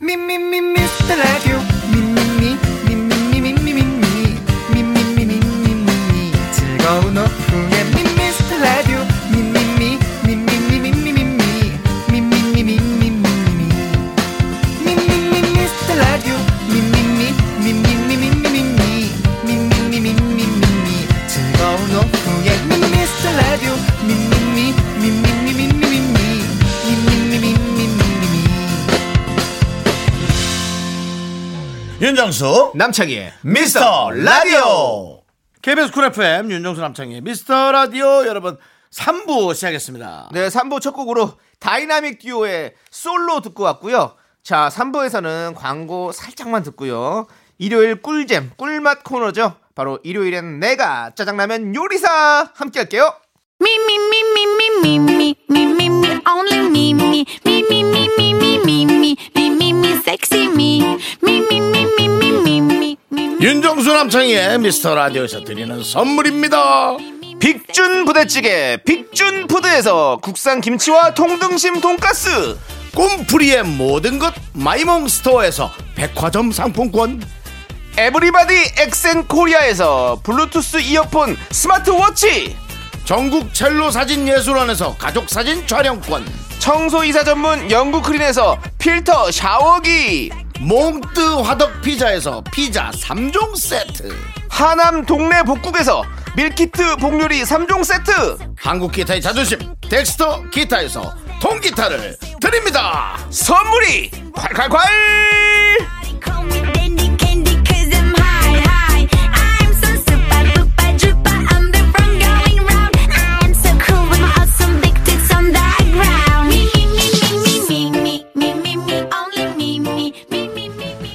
S4: 미미미 미스터 라디오 미미미 미미미미미미 미미미미미미 즐거운 오후에 미스터 라디오 미미미 미미미미미미 미미미미미미미
S5: 예,
S1: 윤정수
S2: 남창희의 미스터 라디오
S1: KBS 쿨 FM 윤정수 남창희 미스터 라디오 여러분 3부 시작했습니다.
S2: 네 3부 첫 곡으로 다이나믹 듀오의 솔로 듣고 왔고요 자 3부에서는 광고 살짝만 듣고요 일요일 꿀잼 꿀맛 코너죠 바로 일요일엔 내가 짜장라면 요리사 함께 할게요
S3: Me me me me me me me me me me only me me me me me me me me me me me me sexy me me me me me me me me me me
S1: 윤정수 남창희의 미스터 라디오에서 드리는 선물입니다.
S2: 빅준 부대찌개 빅준 푸드에서 국산 김치와 통등심 돈가스
S1: 꿈풀이의 모든 것 마이몽 스토어에서 백화점 상품권
S2: 에브리바디 엑센 코리아에서 블루투스 이어폰 스마트워치
S1: 전국 첼로 사진 예술원에서 가족 사진 촬영권
S2: 청소이사 전문 영국크린에서 필터 샤워기
S1: 몽뜨 화덕 피자에서 피자 3종 세트
S2: 하남 동네 복국에서 밀키트 복요리 3종 세트
S1: 한국 기타의 자존심 덱스터 기타에서 통기타를 드립니다.
S2: 선물이 콸콸콸
S3: Come with candy candy 'cause I'm high high I'm so super duper duper I'm the one going round I'm so cool with my awesome big tits on the ground Me me me me me me me me me only me me me me me me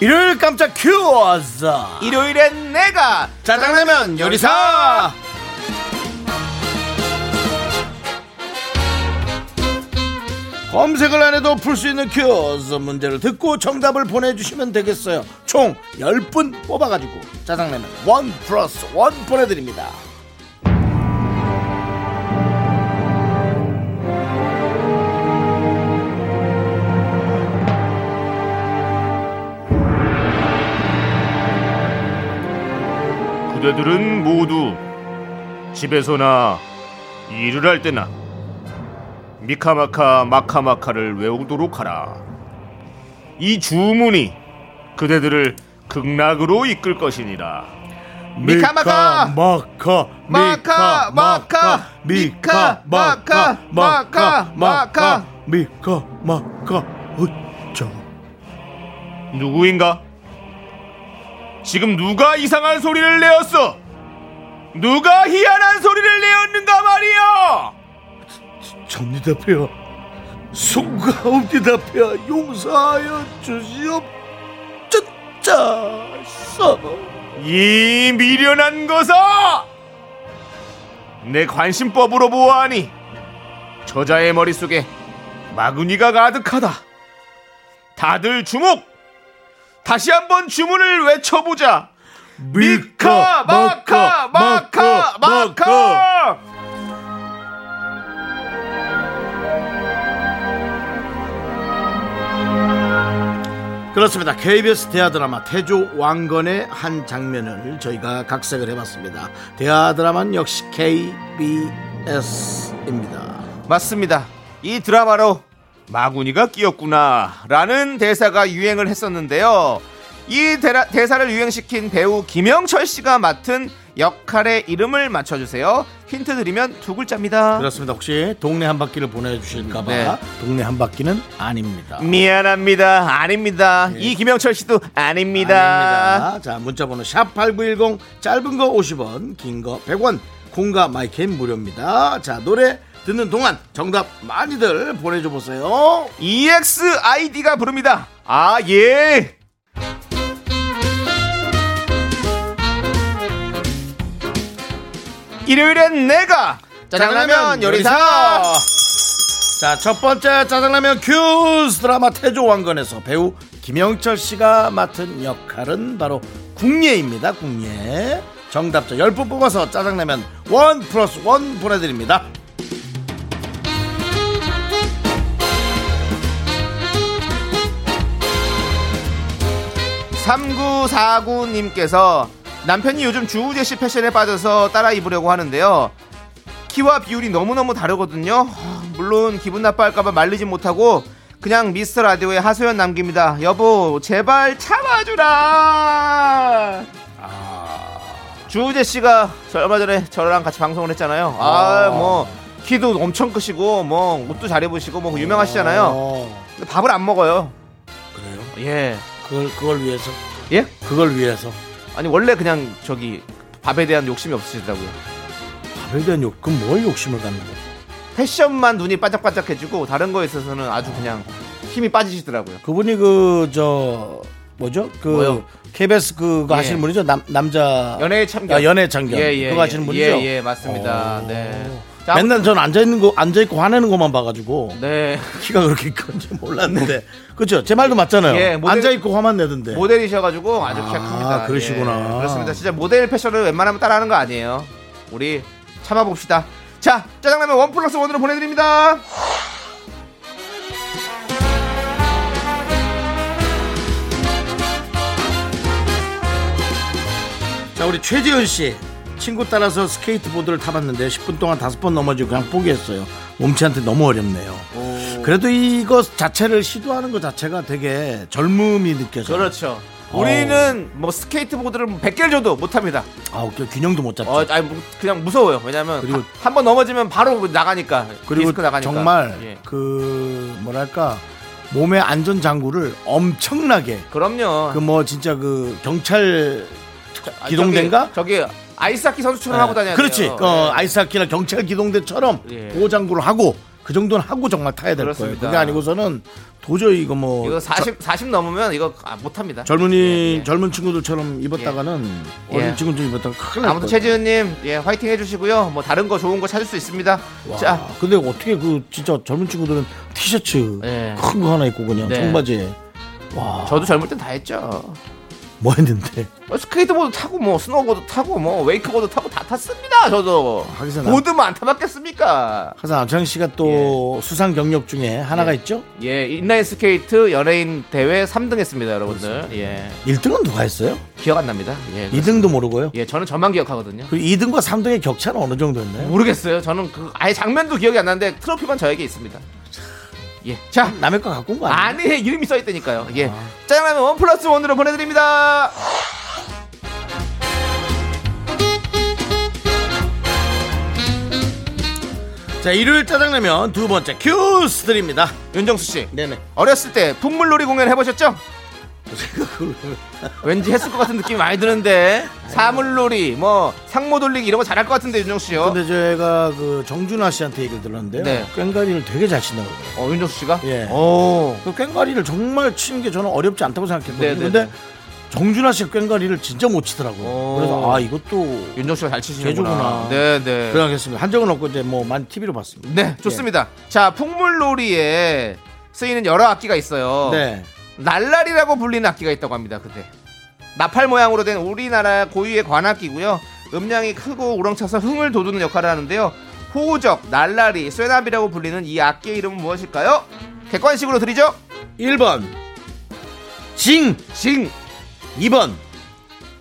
S1: 일요일 깜짝 큐어즈
S2: 일요일엔 내가
S1: 짜장라면 요리사 검색을 안 해도 풀 수 있는 큐어즈 문제를 듣고 정답을 보내주시면 되겠어요 총 10분 뽑아가지고 짜장라면 원 플러스 원 보내드립니다
S6: 그대들은 모두 집에서나 일을 할 때나 미카마카 마카마카를 외우도록 하라. 이 주문이 그대들을 극락으로 이끌 것이니라.
S2: 미카마카!
S1: 마카
S2: 마카, 마카, 미카, 마카, 마카, 마카.
S1: 미카 어, 마카 어쩌
S6: 누구인가? 지금 누가 이상한 소리를 내었어? 누가 희한한 소리를 내었는가 말이야!
S1: 전니다페야 송가옵니다페야 용서하여 주시옵 쩌짜서
S6: 이 미련한 것아! 내 관심법으로 보아하니 저자의 머릿속에 마구니가 가득하다. 다들 주목! 다시 한번 주문을 외쳐보자. 미카 마카 마카 마카!
S1: 그렇습니다. KBS 대하드라마 태조 왕건의 한 장면을 저희가 각색을 해봤습니다. 대하드라마는 역시 KBS입니다.
S2: 맞습니다. 이 드라마로 마구니가 끼었구나 라는 대사가 유행을 했었는데요. 이 대라, 대사를 유행시킨 배우 김영철 씨가 맡은 역할의 이름을 맞춰주세요. 힌트 드리면 두 글자입니다.
S1: 그렇습니다. 혹시 동네 한 바퀴를 보내주실까봐
S2: 네.
S1: 동네 한 바퀴는 아닙니다.
S2: 미안합니다. 아닙니다. 이 김영철 씨도 아닙니다.
S1: 아닙니다. 자, 문자번호 샵8910 짧은 거 50원, 긴 거 100원, 콩과 마이캠 무료입니다. 자, 노래 듣는 동안 정답 많이들 보내줘 보세요.
S2: E EXID가 부릅니다. 아, 예. 일요일엔 내가 짜장라면 요리사
S1: 자, 첫 번째 짜장라면 큐스 드라마 태조 왕건에서 배우 김영철 씨가 맡은 역할은 바로 궁예입니다. 궁예. 정답자 10분 뽑아서 짜장라면 원 플러스 원 보내드립니다.
S2: 삼구사구님께서 남편이 요즘 주우재 씨 패션에 빠져서 따라 입으려고 하는데요. 키와 비율이 너무너무 다르거든요. 하, 물론 기분 나빠할까봐 말리지 못하고 그냥 미스터 라디오에 하소연 남깁니다. 여보, 제발 참아주라! 주우재 씨가 저 얼마 전에 저랑 같이 방송을 했잖아요. 아, 뭐, 키도 엄청 크시고, 뭐, 옷도 잘 입으시고, 뭐, 유명하시잖아요.
S1: 어,
S2: 근데 밥을 안 먹어요.
S1: 그래요?
S2: 예.
S1: 그걸, 그걸 위해서?
S2: 예?
S1: 그걸 위해서?
S2: 아니 원래 그냥 저기 밥에 대한 욕심이 없으시다고요.
S1: 밥에 대한 욕, 그럼 뭘 욕심을 갖는 거죠?
S2: 패션만 눈이 반짝반짝해지고 다른 거에 있어서는 아주 그냥 힘이 빠지시더라고요.
S1: 그분이 그, 저, 뭐죠? 그,
S2: 뭐요?
S1: KBS 그거
S2: 예.
S1: 하시는 분이죠? 남, 남자.
S2: 연애의 참견.
S1: 아, 연애 참견.
S2: 예, 예,
S1: 그거 하시는
S2: 예,
S1: 분이죠? 어.
S2: 예, 예, 맞습니다.
S1: 오.
S2: 네. 자,
S1: 맨날 전 앉아있는 거, 앉아있고 화내는 것만 봐가지고.
S2: 네.
S1: 키가 그렇게 큰지 몰랐는데. 그죠? 제 말도 맞잖아요.
S2: 예, 모델-
S1: 앉아있고 화만 내던데.
S2: 모델이셔가지고 아주 키가
S1: 아,
S2: 큽니다.
S1: 그러시구나.
S2: 예, 그렇습니다. 진짜 모델 패션을 웬만하면 따라하는 거 아니에요. 우리 참아봅시다. 자, 짜장라면 원 플러스 원으로 보내드립니다.
S1: 자, 우리 최지은 씨. 친구 따라서 스케이트보드를 타봤는데 10분 동안 다섯 번 넘어지고 그냥 포기했어요. 몸치한테 너무 어렵네요. 그래도 이거 자체를 시도하는 것 자체가 되게 젊음이 느껴져요.
S2: 그렇죠. 우리는 뭐 스케이트보드를 100개를 줘도 못합니다.
S1: 아, 오케이. 균형도 못 잡죠.
S2: 어, 아니 뭐, 그냥 무서워요. 왜냐면
S1: 그리고-
S2: 한 번 넘어지면 바로 나가니까
S1: 그리고
S2: 리스크 나가니까.
S1: 정말
S2: 예.
S1: 그 뭐랄까 몸의 안전 장구를 엄청나게
S2: 그럼요. 아,
S1: 그 뭐 진짜 그 경찰 기동대인가? 예.
S2: 저기, 저기 아이스하키 선수처럼 하고 다녀야
S1: 그렇지.
S2: 돼요.
S1: 어, 아이스하키나 경찰 기동대처럼
S2: 예.
S1: 보호 장구를 하고 그 정도는 하고 정말 타야 될 거예요.
S2: 그렇습니다.
S1: 그게 아니고서는 도저히 이거 뭐
S2: 이거 40, 40 넘으면 이거 아, 못합니다.
S1: 저- 젊은이
S2: 예, 예.
S1: 젊은 친구들처럼 입었다가는
S2: 예.
S1: 어린 친구들 입었다가 큰일 날 거예요.
S2: 아무튼 최지은님 예 화이팅 해주시고요. 뭐 다른 거 좋은 거 찾을 수 있습니다.
S1: 와,
S2: 자
S1: 근데 어떻게 그 진짜 젊은 친구들은 티셔츠
S2: 예.
S1: 큰 거 하나 입고 그냥
S2: 네.
S1: 청바지에
S2: 저도 젊을 땐 다 했죠.
S1: 뭐 했는데
S2: 어, 스케이트보드 타고 뭐 스노우보드 타고 뭐 웨이크보드 타고 다 탔습니다. 저도
S1: 하기선 안-
S2: 보드만 뭐 안 타봤겠습니까?
S1: 항상 남창 씨가 또 수상 경력 중에 하나가
S2: 예.
S1: 있죠?
S2: 예 인라인 스케이트 연예인 대회 3등 했습니다, 여러분들. 예
S1: 1등은 누가 했어요?
S2: 기억 안 납니다. 예, 그렇습니다.
S1: 2등도 모르고요.
S2: 예 저는 저만 기억하거든요.
S1: 그리고 2등과 3등의 격차는 어느 정도였나요?
S2: 모르겠어요. 저는 그 아예 장면도 기억이 안 나는데 트로피만 저에게 있습니다. 예. 자,
S1: 남의 거 갖고 온 거 아니에요?
S2: 안에 이름이 써 있다니까요. 예.
S1: 아.
S2: 짜장라면 원 플러스 원으로 보내드립니다.
S1: 아, 자, 일요일 짜장라면 두 번째 큐스 드립니다.
S2: 윤정수 씨,
S1: 네네.
S2: 어렸을 때 풍물놀이 공연 해보셨죠?
S1: 생각을
S2: 왠지 했을 것 같은 느낌이 많이 드는데 사물놀이, 뭐 상모 돌리기 이런 거 잘할 것 같은데 윤정수 씨요.
S1: 근데 제가 그 정준하 씨한테 얘기를 들었는데요.
S2: 네.
S1: 꽹가리를 되게 잘 친다고 그래요.
S2: 어, 윤정수 씨가.
S1: 예.
S2: 오.
S1: 그 꽹가리를 정말 치는 게 저는 어렵지 않다고 생각했거든요.
S2: 네네네.
S1: 근데 정준하 씨가 꽹가리를 진짜 못 치더라고요.
S2: 오.
S1: 그래서 아, 이것도
S2: 윤정수 씨가 잘 치시는구나.
S1: 제주구나.
S2: 네, 네.
S1: 그러겠습니다. 한 적은 없고 이제 뭐 많이 TV로 봤습니다.
S2: 네, 좋습니다. 자, 풍물놀이에 쓰이는 여러 악기가 있어요.
S1: 네.
S2: 날랄이라고 불리는 악기가 있다고 합니다. 그때 나팔 모양으로 된 우리나라 고유의 관악기고요. 음량이 크고 우렁차서 흥을 돋우는 역할을 하는데요. 호우적, 날라리, 쇠나비라고 불리는 이 악기의 이름은 무엇일까요? 객관식으로 드리죠.
S1: 1번 징
S2: 징,
S1: 2번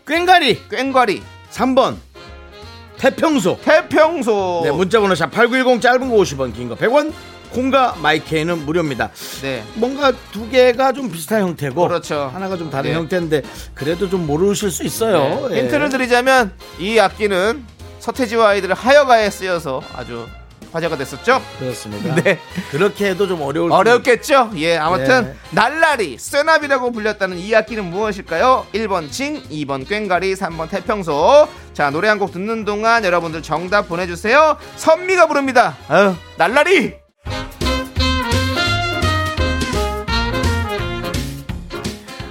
S1: 꽹가리
S2: 꽹과리,
S1: 3번 태평소
S2: 태평소.
S1: 네 문자번호 샵8910 짧은 거 50원 긴 거 100원 콩과 마이케이는 무료입니다.
S2: 네.
S1: 뭔가 두 개가 좀 비슷한 형태고
S2: 그렇죠.
S1: 하나가 좀 다른
S2: 네.
S1: 형태인데 그래도 좀 모르실 수 있어요.
S2: 네.
S1: 예.
S2: 힌트를 드리자면 이 악기는 서태지와 아이들의 하여가에 쓰여서 아주 화제가 됐었죠.
S1: 그렇습니다.
S2: 네.
S1: 그렇게 해도 좀 어려울
S2: 어렵겠죠? 예, 아무튼
S1: 네.
S2: 날라리, 쇠나비라고 불렸다는 이 악기는 무엇일까요? 1번 칭, 2번 꽹가리, 3번 태평소. 자, 노래 한 곡 듣는 동안 여러분들 정답 보내주세요. 선미가 부릅니다. 아유, 날라리!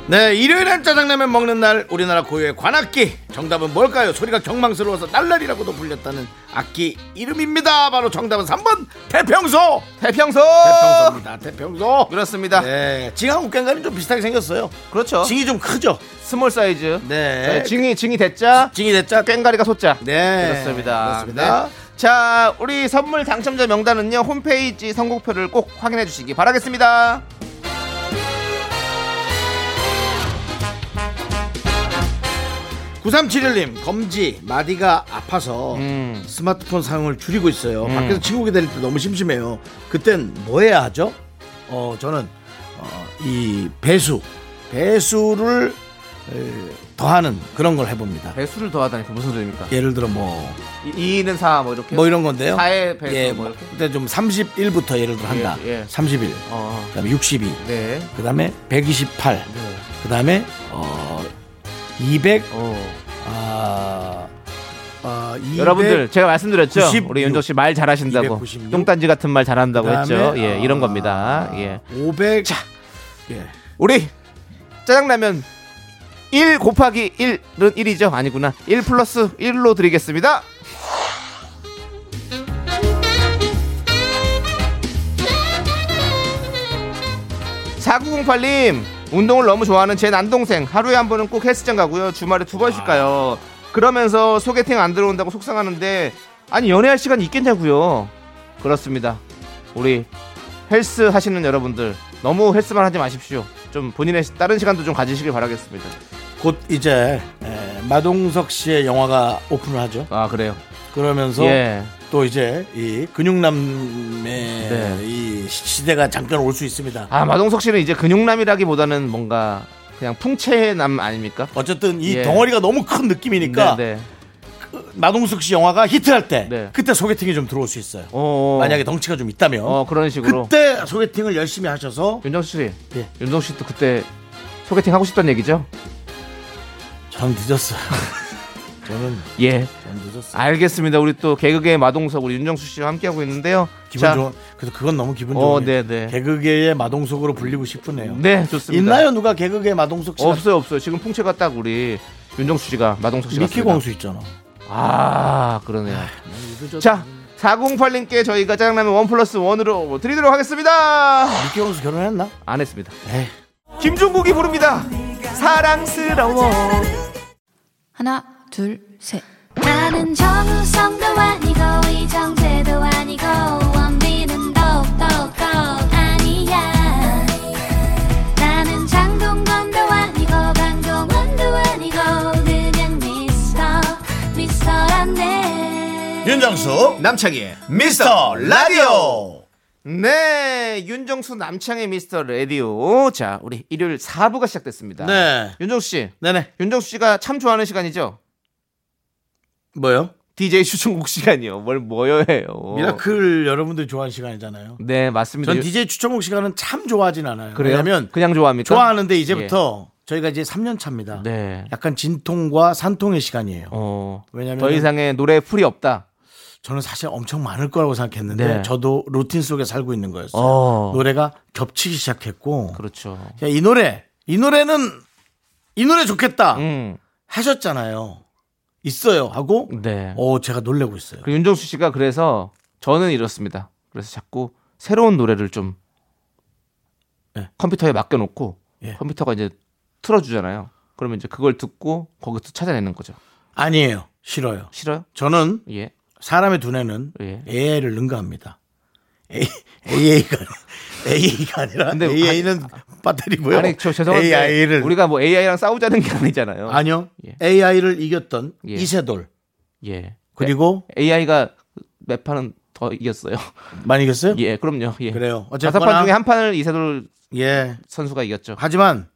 S1: 네, 일요일엔 짜장라면 먹는 날 우리나라 고유의 관악기. 정답은 뭘까요? 소리가 경망스러워서 날라리라고도 불렸다는 악기 이름입니다. 바로 정답은 3번 태평소.
S2: 태평소!
S1: 태평소입니다. 태평소.
S2: 어. 그렇습니다.
S1: 네, 징하고 꽹과리는 좀 비슷하게 생겼어요.
S2: 그렇죠.
S1: 징이 좀 크죠.
S2: 스몰 사이즈.
S1: 네, 징,
S2: 징이, 징이 됐자,
S1: 징이 됐자.
S2: 꽹가리가 소자.
S1: 네,
S2: 그렇습니다.
S1: 그렇습니다.
S2: 네. 자, 우리 선물 당첨자 명단은요, 홈페이지 선곡표를 꼭 확인해 주시기 바라겠습니다.
S1: 구삼칠일님 검지 마디가 아파서
S2: 음.
S1: 스마트폰 사용을 줄이고 있어요. 밖에서 친구 기다릴 때 너무 심심해요. 그땐 뭐 해야 하죠? 어 저는 어, 이 배수 배수를 에, 더하는 그런 걸 해봅니다.
S2: 배수를 더하다니, 그 무슨 소리입니까?
S1: 예를 들어 뭐 뭐
S2: 2는 4, 뭐 이렇게.
S1: 이런 건데요.
S2: 사회 배수
S1: 예,
S2: 뭐
S1: 뭐,
S2: 이렇게?
S1: 근데 좀 31부터 예를 들어 한다.
S2: 예, 예.
S1: 31,
S2: 어,
S1: 그다음에 62,
S2: 네.
S1: 그다음에 128, 그다음에 어 200,
S2: 어.
S1: 아, 아 200,
S2: 여러분들 제가 말씀드렸죠.
S1: 96,
S2: 우리 윤정 씨 말 잘하신다고.
S1: 296.
S2: 똥단지 같은 말 잘한다고
S1: 그다음에,
S2: 했죠. 예, 이런
S1: 아,
S2: 겁니다. 예.
S1: 500. 자. 예.
S2: 우리 짜장라면 1 곱하기 1은 1이죠. 아니구나. 1 플러스 1로 드리겠습니다. 사구공팔님 운동을 너무 좋아하는 제 남동생 하루에 한 번은 꼭 헬스장 가고요 주말에 두 번씩 가요 그러면서 소개팅 안 들어온다고 속상하는데 아니 연애할 시간 있겠냐고요 그렇습니다 우리 헬스 하시는 여러분들 너무 헬스만 하지 마십시오 좀 본인의 시- 다른 시간도 좀 가지시길 바라겠습니다
S1: 곧 이제 에, 마동석 씨의 영화가 오픈을 하죠.
S2: 아 그래요
S1: 그러면서
S2: 예
S1: 또 이제 이 근육남의
S2: 네.
S1: 이 시- 시대가 잠깐 올 수 있습니다.
S2: 아 마동석 씨는 이제 근육남이라기보다는 뭔가 그냥 풍채남 아닙니까
S1: 어쨌든 이
S2: 예.
S1: 덩어리가 너무 큰 느낌이니까
S2: 네, 네.
S1: 마동석 씨 영화가 히트할 때
S2: 네.
S1: 그때 소개팅이 좀 들어올 수 있어요.
S2: 어,
S1: 만약에 덩치가 좀 있다면
S2: 어 그런 식으로
S1: 그때 소개팅을 열심히 하셔서
S2: 윤정수 씨,
S1: 예.
S2: 윤정수 씨도 그때 소개팅 하고 싶단 얘기죠?
S1: 전 늦었어요. 아, 저는
S2: 예,
S1: 전 늦었어요.
S2: 알겠습니다. 우리 또 개그계의 마동석 우리 윤정수 씨와 함께 하고 있는데요.
S1: 기분
S2: 자,
S1: 좋은. 그래서 그건 너무 기분
S2: 어,
S1: 좋은.
S2: 네, 네.
S1: 개그계의 마동석으로 불리고 싶으네요.
S2: 네, 좋습니다.
S1: 있나요 누가 개그계 마동석 씨가
S2: 없어요, 없어요. 지금 풍채가 딱 우리 윤정수 씨가 마동석 씨가
S1: 미키 공수 있잖아.
S2: 아, 그러네요. 자. 408님께 저희가 짜장라면 원 플러스 원으로뭐 드리도록 하겠습니다.
S1: 미키 공수 결혼했나?
S2: 안 했습니다.
S1: 에이.
S2: 김종국이 부릅니다. 사랑스러워.
S7: 하나, 둘, 셋.
S3: 나는 정우성도 아니고 이정재도 아니고 원빈은 더욱더 아니야 나는 장동건도 아니고 강동원도 아니고 그냥 미스터 미스터란데
S1: 네. 윤정수
S2: 남창희의
S1: 미스터 라디오.
S2: 네, 윤정수 남창의 미스터 라디오. 자, 우리 일요일 4부가 시작됐습니다.
S1: 네.
S2: 윤정수 씨.
S1: 네네.
S2: 윤정수 씨가 참 좋아하는 시간이죠.
S1: 뭐요?
S2: DJ 추천곡 시간이요. 뭘 뭐요 해요.
S1: 미라클 여러분들이 좋아하는 시간이잖아요.
S2: 어. 네, 맞습니다.
S1: 전 DJ 추천곡 시간은 참 좋아하진 않아요.
S2: 그래요? 그러니까
S1: 왜냐면
S2: 그냥 좋아합니까? 예.
S1: 좋아하는데 이제부터 저희가 이제 3년 차입니다.
S2: 네.
S1: 약간 진통과 산통의 시간이에요.
S2: 어.
S1: 왜냐면
S2: 더 이상의 노래 풀이 없다.
S1: 저는 사실 엄청 많을 거라고 생각했는데
S2: 네.
S1: 저도 루틴 속에 살고 있는 거였어요.
S2: 어.
S1: 노래가 겹치기 시작했고
S2: 그렇죠.
S1: 야, 이 노래 이 노래는 이 노래 좋겠다
S2: 음.
S1: 하셨잖아요. 있어요 하고
S2: 네.
S1: 어 제가 놀래고 있어요.
S2: 그리고 윤정수 씨가 그래서 저는 이렇습니다. 그래서 자꾸 새로운 노래를 좀
S1: 예.
S2: 컴퓨터에 맡겨놓고
S1: 예.
S2: 컴퓨터가 이제 틀어주잖아요. 그러면 이제 그걸 듣고 거기서 찾아내는 거죠.
S1: 아니에요. 싫어요.
S2: 싫어요?
S1: 저는
S2: 예.
S1: 사람의 두뇌는
S2: 예.
S1: AI를 능가합니다. AA가 AA가 아니라
S2: 근데
S1: AA는 배터리고요.
S2: 아니 저 죄송한데
S1: AI를
S2: 우리가 뭐 AI랑 싸우자는 게 아니잖아요.
S1: 아니요.
S2: 예.
S1: AI를 이겼던
S2: 예.
S1: 이세돌
S2: 예.
S1: 그리고
S2: AI가 맵하는 더 이겼어요.
S1: 많이 이겼어요?
S2: 예, 그럼요. 예.
S1: 그래요.
S2: 다섯
S1: 어쨌거나
S2: 판 중에 한 판을 이세돌
S1: 예.
S2: 선수가 이겼죠.
S1: 하지만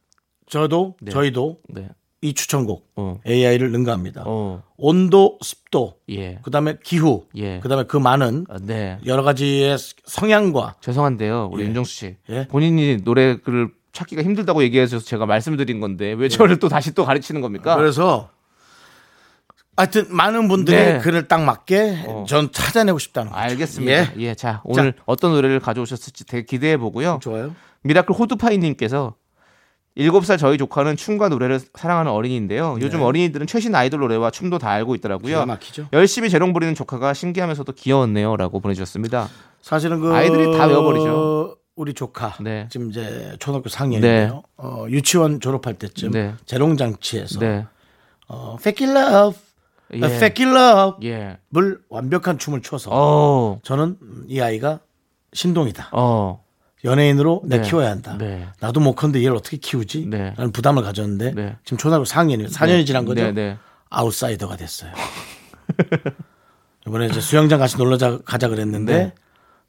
S1: 저도 저희도
S2: 네.
S1: 이 추천곡
S2: 어.
S1: AI를 능가합니다.
S2: 어.
S1: 온도, 습도,
S2: 예.
S1: 그다음에 기후,
S2: 예.
S1: 그다음에 그 많은
S2: 아, 네.
S1: 여러 가지의 성향과
S2: 죄송한데요. 우리 윤정수 씨.
S1: 예?
S2: 본인이 노래를 찾기가 힘들다고 얘기해서 제가 말씀드린 건데 왜 저를 또 다시 또 가르치는 겁니까?
S1: 예. 그래서 하여튼 많은 분들의
S2: 네.
S1: 글을 딱 맞게
S2: 어.
S1: 전 찾아내고 싶다는 거죠.
S2: 알겠습니다.
S1: 예.
S2: 예. 자, 오늘 어떤 노래를 가져오셨을지 되게 기대해 보고요.
S1: 좋아요.
S2: 미라클 호두파이님께서 7살 저희 조카는 춤과 노래를 사랑하는 어린이인데요. 요즘 어린이들은 최신 아이돌 노래와 춤도 다 알고 있더라고요.
S1: 네. 기가 예. 막히죠.
S2: 열심히 재롱 부리는 조카가 신기하면서도 귀여웠네요라고 보내주셨습니다.
S1: 사실은 그
S2: 아이들이 다 외워버리죠.
S1: 우리 조카
S2: 네.
S1: 지금 이제 초등학교 3학년이에요.
S2: 네.
S1: 어, 유치원 졸업할 때쯤
S2: 네.
S1: 재롱장치에서
S2: 네.
S1: 어, Fake in Love,
S2: 예.
S1: Fake in Love
S2: 예.
S1: 을 완벽한 춤을 춰서
S2: 어.
S1: 저는 음, 이 아이가 신동이다.
S2: 어.
S1: 연예인으로 내
S2: 네.
S1: 키워야 한다.
S2: 네.
S1: 나도 못 컸는데 얘를 어떻게 키우지?
S2: 네.
S1: 라는 부담을 가졌는데
S2: 네.
S1: 지금 초등학교 4학년이 4년이 지난 거죠.
S2: 네, 네.
S1: 아웃사이더가 됐어요. 이번에 이제 수영장 같이 놀러 자- 가자 그랬는데
S2: 네.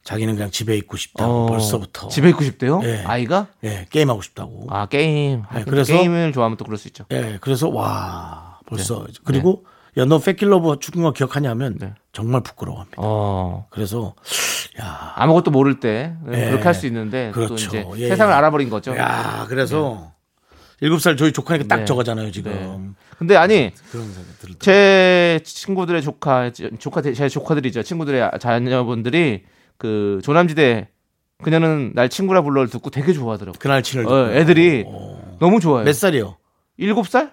S1: 자기는 그냥 집에 있고 싶다.
S2: 어.
S1: 고 벌써부터
S2: 집에 있고 싶대요?
S1: 예.
S2: 아이가?
S1: 예, 게임하고 싶다고.
S2: 아, 게임. 하긴
S1: 그래서-
S2: 게임을 좋아하면 또 그럴 수 있죠.
S1: 예, 그래서 와 벌써 그리고 야너 패킬러버 죽은 거 기억하냐면
S2: 네.
S1: 정말 부끄러워합니다.
S2: 어.
S1: 그래서 야,
S2: 아무것도 모를 때
S1: 예.
S2: 그렇게 할 수 있는데 또
S1: 그렇죠.
S2: 이제
S1: 예,
S2: 세상을
S1: 예.
S2: 알아버린 거죠.
S1: 야 그래서 일곱 살 저희 조카니까 딱
S2: 네.
S1: 저거잖아요 지금.
S2: 네. 근데 아니
S1: 그런 생각이 들더라고요.
S2: 제 친구들의 조카 조카 제 조카들이죠 친구들의 자녀분들이 그 조남지대 그녀는 날 친구라 불러를 듣고 되게 좋아하더라고.
S1: 그날 친을
S2: 어, 애들이 너무 좋아해요.
S1: 몇 살이요?
S2: 일곱 살?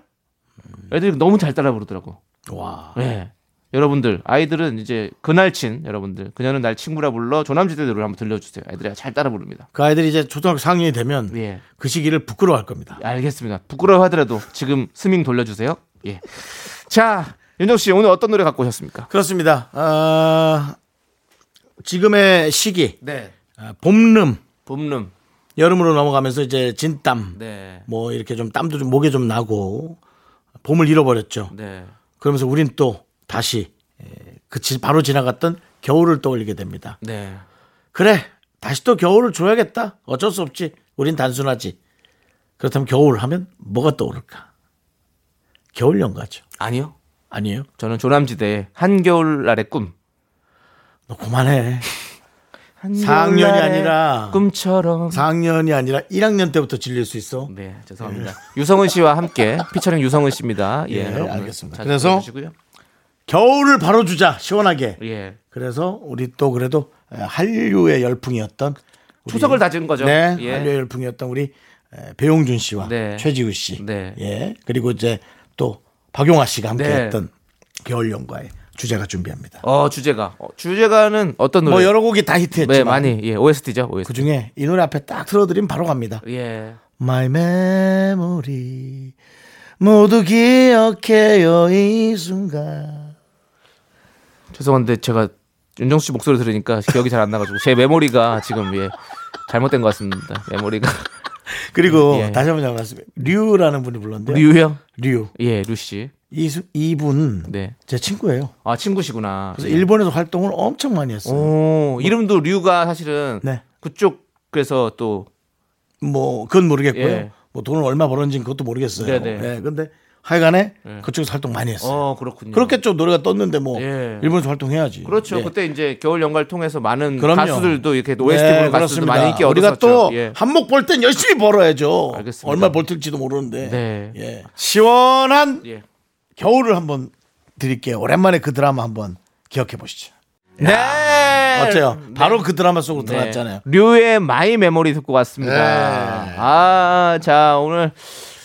S1: 음.
S2: 애들이 너무 잘 따라 부르더라고.
S1: 와.
S2: 예. 여러분들 아이들은 이제 그날 친 여러분들 그녀는 날 친구라 불러 조남지대들을 한번 들려주세요. 애들이 잘 따라 부릅니다.
S1: 그 아이들이 이제 초등학교 4학년이 되면
S2: 예.
S1: 그 시기를 부끄러워할 겁니다.
S2: 알겠습니다. 부끄러워하더라도 지금 스밍 돌려주세요. 예. 자, 윤정 씨 오늘 어떤 노래 갖고 오셨습니까?
S1: 그렇습니다. 아, 지금의 시기
S2: 네.
S1: 아, 봄름
S2: 봄룸.
S1: 여름으로 넘어가면서 이제 진땀
S2: 네.
S1: 뭐 이렇게 좀 땀도 좀 목에 좀 나고 봄을 잃어버렸죠.
S2: 네.
S1: 그러면서 우린 또 다시 예, 그 지- 바로 지나갔던 겨울을 떠올리게 됩니다.
S2: 네.
S1: 그래 다시 또 겨울을 줘야겠다. 어쩔 수 없지. 우린 단순하지. 그렇다면 겨울 하면 뭐가 떠오를까? 겨울 연가죠.
S2: 아니요.
S1: 아니에요?
S2: 저는 조남지대의 한겨울날의 꿈.
S1: 너 그만해. 4학년이 아니라
S2: 꿈처럼.
S1: 4학년이 아니라 1학년 때부터 질릴 수 있어.
S2: 네, 죄송합니다. 유성은 씨와 함께 피처링 유성은 씨입니다. 예,
S1: 예,
S2: 여러분들
S1: 알겠습니다.
S2: 자주
S1: 그래서-
S2: 들어주시고요.
S1: 겨울을 바로 주자 시원하게.
S2: 예.
S1: 그래서 우리 또 그래도 한류의 열풍이었던 우리-
S2: 초석을 다진 거죠.
S1: 네,
S2: 예.
S1: 한류의 열풍이었던 우리 에, 배용준 씨와
S2: 네.
S1: 최지우 씨,
S2: 네.
S1: 예 그리고 이제 또 박용화 씨가
S2: 네.
S1: 함께했던 겨울 연가의 주제가 준비합니다.
S2: 어, 주제가. 어, 주제가는 어떤 노래?
S1: 뭐 여러 곡이 다
S2: 네,
S1: 히트했지만
S2: 많이. 예, OST죠.
S1: 그
S2: OST.
S1: 중에 이 노래 앞에 딱 틀어드리면 바로 갑니다.
S2: 예.
S1: My memory 모두 기억해요 이 순간.
S2: 죄송한데 제가 윤정수 씨 목소리 들으니까 기억이 잘 안 나가지고 제 메모리가 지금 예 잘못된 것 같습니다. 메모리가
S1: 그리고
S2: 예.
S1: 다시 한번 말씀해. 류라는 분이 불렀는데 류.
S2: 류형
S1: 류.
S2: 예 루씨
S1: 이수, 이분
S2: 네.
S1: 제 친구예요.
S2: 아 친구시구나.
S1: 그래서 일본에서 활동을 엄청 많이 했어요.
S2: 오 이름도 류가 사실은
S1: 네.
S2: 그쪽 그래서 또
S1: 뭐 그건 모르겠고요.
S2: 예.
S1: 뭐 돈을 얼마 벌었는지는 그것도 모르겠어요.
S2: 네네.
S1: 예. 근데 하여간에
S2: 예.
S1: 그쪽에서 활동 많이 했어요.
S2: 어, 그렇군요.
S1: 네. 그렇겠죠. 노래가 떴는데 뭐
S2: 예.
S1: 일본에서 활동해야지.
S2: 그렇죠.
S1: 예.
S2: 그때 이제 겨울 연가를 통해서 많은
S1: 그럼요.
S2: 음, 가수들도 이렇게
S1: 네,
S2: OST로 가수들도
S1: 그렇습니다.
S2: 많이 인기
S1: 우리가
S2: 얻었었죠.
S1: 또
S2: 예.
S1: 한몫 벌 땐 열심히 벌어야죠.
S2: 알겠습니다.
S1: 얼마 벌til지도 모르는데.
S2: 네.
S1: 예. 시원한
S2: 예.
S1: 겨울을 한번 드릴게요. 오랜만에 그 드라마 한번 기억해 보시죠.
S2: 네.
S1: 어때요? 바로 그 드라마 속으로
S2: 네.
S1: 들어갔잖아요. 네.
S2: 류의 마이 메모리 듣고 왔습니다. 아, 자, 오늘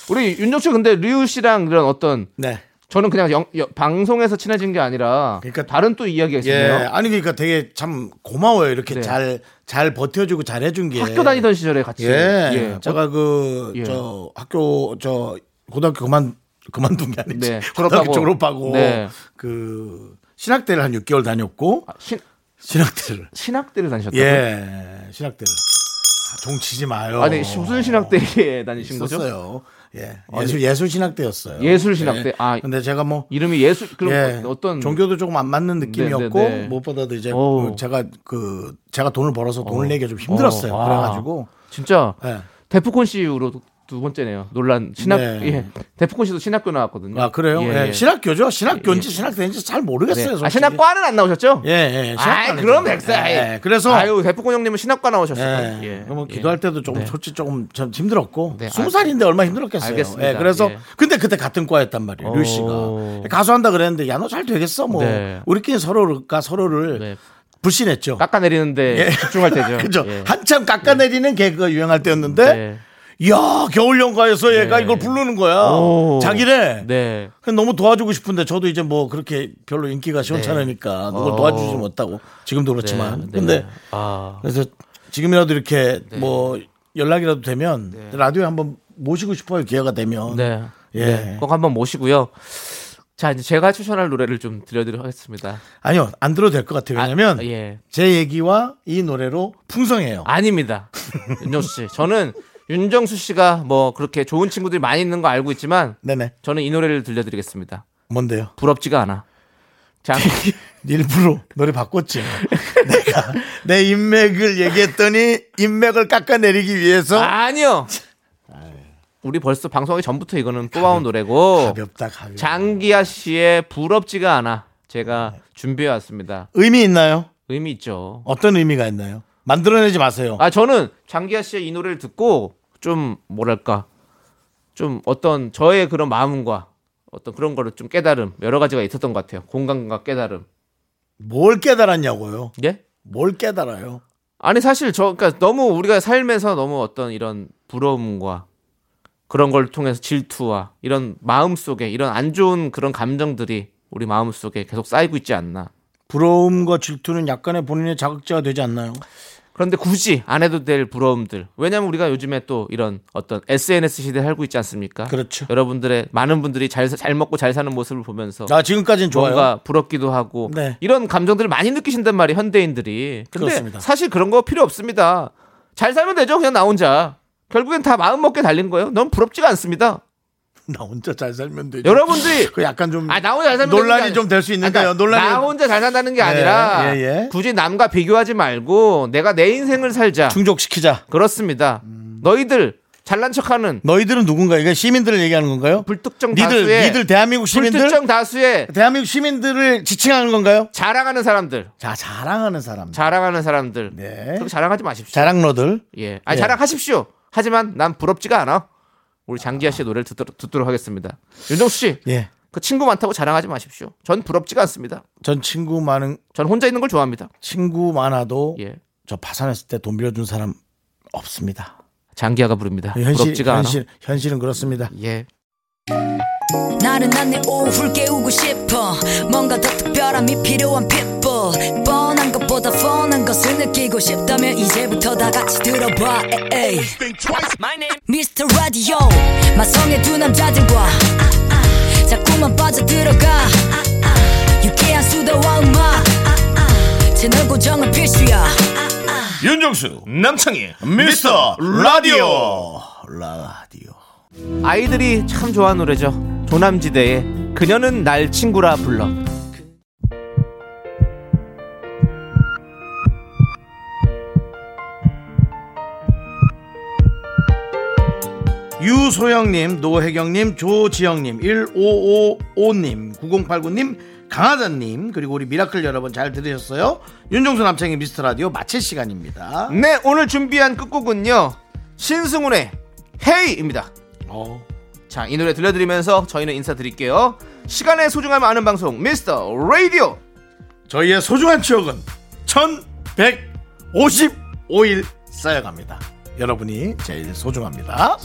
S2: 우리 윤정씨 근데 류 씨랑 이런 어떤
S1: 네.
S2: 저는 그냥 영- 여- 방송에서 친해진 게 아니라
S1: 그러니까-
S2: 다른 또 이야기가
S1: 예,
S2: 있었네요.
S1: 아니 그러니까 되게 참 고마워요. 이렇게
S2: 네.
S1: 잘 잘 버텨주고 잘해준 게
S2: 학교 다니던 시절에 같이
S1: 예,
S2: 예.
S1: 제가 그 저
S2: 예.
S1: 학교 저 고등학교 그만 그만둔 게 아니지.
S2: 네,
S1: 고등학교
S2: 졸업하고.
S1: 졸업하고
S2: 네.
S1: 그 신학대를 한 6개월 다녔고
S2: 어, 신,
S1: 신학대를
S2: 신학대를 다니셨다고요?
S1: 예 신학대를 아, 종 치지 마요.
S2: 아니 무슨 신학대에 다니신 거죠?
S1: 있었어요. 예. 예술 예술 신학대였어요.
S2: 예술 신학대. 아.
S1: 근데 제가 뭐
S2: 이름이 예술 그럼
S1: 예,
S2: 어떤
S1: 종교도 조금 안 맞는 느낌이었고
S2: 네, 네, 네.
S1: 무엇보다도 이제
S2: 오.
S1: 그 제가 그 제가 돈을 벌어서 돈을 내기가 좀 힘들었어요.
S2: 어, 아.
S1: 그래가지고
S2: 진짜
S1: 예.
S2: 데프콘 씨 이후로 두 번째네요. 논란 신학
S1: 네.
S2: 예. 데프콘 씨도 신학교 나왔거든요.
S1: 아 그래요?
S2: 예,
S1: 예,
S2: 예.
S1: 신학교죠? 신학교인지 신학대인지 잘
S2: 네.
S1: 모르겠어요.
S2: 아
S1: 솔직히.
S2: 신학과는 안 나오셨죠?
S1: 예, 예.
S2: 아,
S1: 신학과는
S2: 그럼
S1: 이제.
S2: 백사.
S1: 예, 예. 그래서
S2: 아유 데프콘 형님은 신학과 나오셨어요.
S1: 예.
S2: 예.
S1: 그럼 뭐
S2: 예.
S1: 기도할 때도 조금 솔직히 조금 참 힘들었고
S2: 네,
S1: 스무
S2: 알-
S1: 살인데 얼마나 힘들었겠어요.
S2: 알겠습니다.
S1: 예, 그래서
S2: 예.
S1: 근데 그때 같은 과였단 말이에요. 류
S2: 오.
S1: 씨가 가수 한다 그랬는데 야 너 잘 되겠어 뭐
S2: 네.
S1: 우리끼리 서로가 서로를
S2: 네.
S1: 불신했죠.
S2: 깎아내리는데
S1: 예.
S2: 집중할 때죠.
S1: 그죠.
S2: 예.
S1: 한참 깎아내리는 개그가 유행할 때였는데
S2: 네.
S1: 이야 겨울 연가에서 얘가
S2: 네.
S1: 이걸 부르는 거야.
S2: 오.
S1: 자기네.
S2: 네.
S1: 그냥 너무 도와주고 싶은데 저도 이제 뭐 그렇게 별로 인기가 시원찮으니까 누굴
S2: 어.
S1: 도와주지 못하고 지금도 그렇지만
S2: 네.
S1: 근데
S2: 아.
S1: 그래서 지금이라도 이렇게 뭐 연락이라도 되면 라디오에 한번 모시고 싶어요 기회가 되면
S2: 네.
S1: 예
S2: 네. 꼭 한번 모시고요. 자, 이제 제가 추천할 노래를 좀 드려드리겠습니다.
S1: 아니요 안 들어도 될 것 같아요 왜냐면
S2: 아, 예.
S1: 제 얘기와 이 노래로 풍성해요
S2: 아닙니다. 윤정수 씨. 저는 윤정수 씨가 뭐 그렇게 좋은 친구들이 많이 있는 거 알고 있지만
S1: 네네
S2: 저는 이 노래를 들려드리겠습니다.
S1: 뭔데요
S2: 부럽지가 않아. 자,
S1: 일부러 노래 바꿨지 내가 내 인맥을 얘기했더니 인맥을 깎아내리기 위해서
S2: 어? 아니요. 우리 벌써 방송하기 전부터 이거는 뽑아온 노래고
S1: 가볍다 가볍다
S2: 장기하 씨의 부럽지가 않아 제가 준비해 왔습니다.
S1: 의미 있나요
S2: 의미 있죠.
S1: 어떤 의미가 있나요 만들어내지 마세요
S2: 아 저는 장기하 씨의 이 노래를 듣고 좀 뭐랄까 좀 어떤 저의 그런 마음과 어떤 그런 거를 좀 깨달음 여러 가지가 있었던 것 같아요. 공감과 깨달음.
S1: 뭘 깨달았냐고요
S2: 예?
S1: 뭘 깨달아요
S2: 아니 사실 저 그러니까 너무 우리가 삶에서 너무 어떤 이런 부러움과 그런 걸 통해서 질투와 이런 마음 속에 이런 안 좋은 그런 감정들이 우리 마음 속에 계속 쌓이고 있지 않나.
S1: 부러움과 질투는 약간의 본인의 자극제가 되지 않나요?
S2: 그런데 굳이 안 해도 될 부러움들. 왜냐면 우리가 요즘에 또 이런 어떤 SNS 시대에 살고 있지 않습니까?
S1: 그렇죠.
S2: 여러분들의 많은 분들이 잘, 사- 잘 먹고 잘 사는 모습을 보면서
S1: 아 지금까지는 좋아요.
S2: 뭔가 부럽기도 하고
S1: 네.
S2: 이런 감정들을 많이 느끼신단 말이에요 현대인들이 근데
S1: 그렇습니다.
S2: 사실 그런 거 필요 없습니다 잘 살면 되죠 그냥 나 혼자 결국엔 다 마음 먹게 달린 거예요 너무 부럽지가 않습니다
S1: 나 혼자 잘 살면 되죠.
S2: 여러분들이
S1: 그 약간 좀
S2: 아 나 혼자 잘 살면
S1: 논란이
S2: 되는 게 아니-
S1: 좀 될 수 있는데요.
S2: 아니, 그러니까
S1: 논란이
S2: 나 혼자 잘 산다는 게 아니라
S1: 예, 예.
S2: 굳이 남과 비교하지 말고 내가 내 인생을 살자
S1: 충족시키자.
S2: 그렇습니다
S1: 음.
S2: 너희들 잘난 척하는
S1: 너희들은 누군가? 이게 시민들을 얘기하는 건가요?
S2: 불특정
S1: 니들
S2: 다수의
S1: 니들 대한민국 시민들
S2: 불특정 다수의
S1: 대한민국 시민들을 지칭하는 건가요?
S2: 자랑하는 사람들
S1: 자 자랑하는 사람.
S2: 자랑하는 사람들
S1: 네.
S2: 그렇게 자랑하지 마십시오
S1: 자랑러들.
S2: 예. 아
S1: 예.
S2: 자랑하십시오. 하지만 난 부럽지가 않아. 우리 장기하 씨의 노래를 듣도록, 듣도록 하겠습니다. 윤정수 씨.
S1: 예.
S2: 그 친구 많다고 자랑하지 마십시오. 전 부럽지가 않습니다.
S1: 전 친구 많은
S2: 전 혼자 있는 걸 좋아합니다.
S1: 친구 많아도
S2: 예.
S1: 저 파산했을 때 돈 빌려준 사람 없습니다.
S2: 장기하가 부릅니다.
S1: 예, 현실
S2: 부럽지가
S1: 현실 현실은 그렇습니다.
S2: 않아. 예.
S5: 나른한 내 오후를 깨우고 싶어 뭔가 더 특별함이 필요한 people 뻔한 것보다 뻔한 것을 느끼고 싶다면 이제부터 다 같이 들어봐 에이. Mr. Radio 마성의 두 남자들과 자꾸만 빠져들어가 유쾌한 수다와 음악 채널 고정은 필수야
S1: 윤정수 남창희 미스터 라디오 라디오
S2: 아이들이 참 좋아하는 노래죠. 조남지대의 그녀는 날 친구라 불러.
S1: 유소영님 노혜경님 조지영님 1555님 9089님 강하자님 그리고 우리 미라클 여러분 잘 들으셨어요 윤정수 남창희 미스터 라디오 마칠 시간입니다
S2: 네, 오늘 준비한 끝곡은요. 신승훈의 헤이입니다.
S1: 어.
S2: 자, 이 노래 들려드리면서 저희는 인사드릴게요. 시간의 소중함을 아는 방송 미스터 라디오.
S1: 저희의 소중한 추억은 1155일 쌓여갑니다 여러분이 제일 소중합니다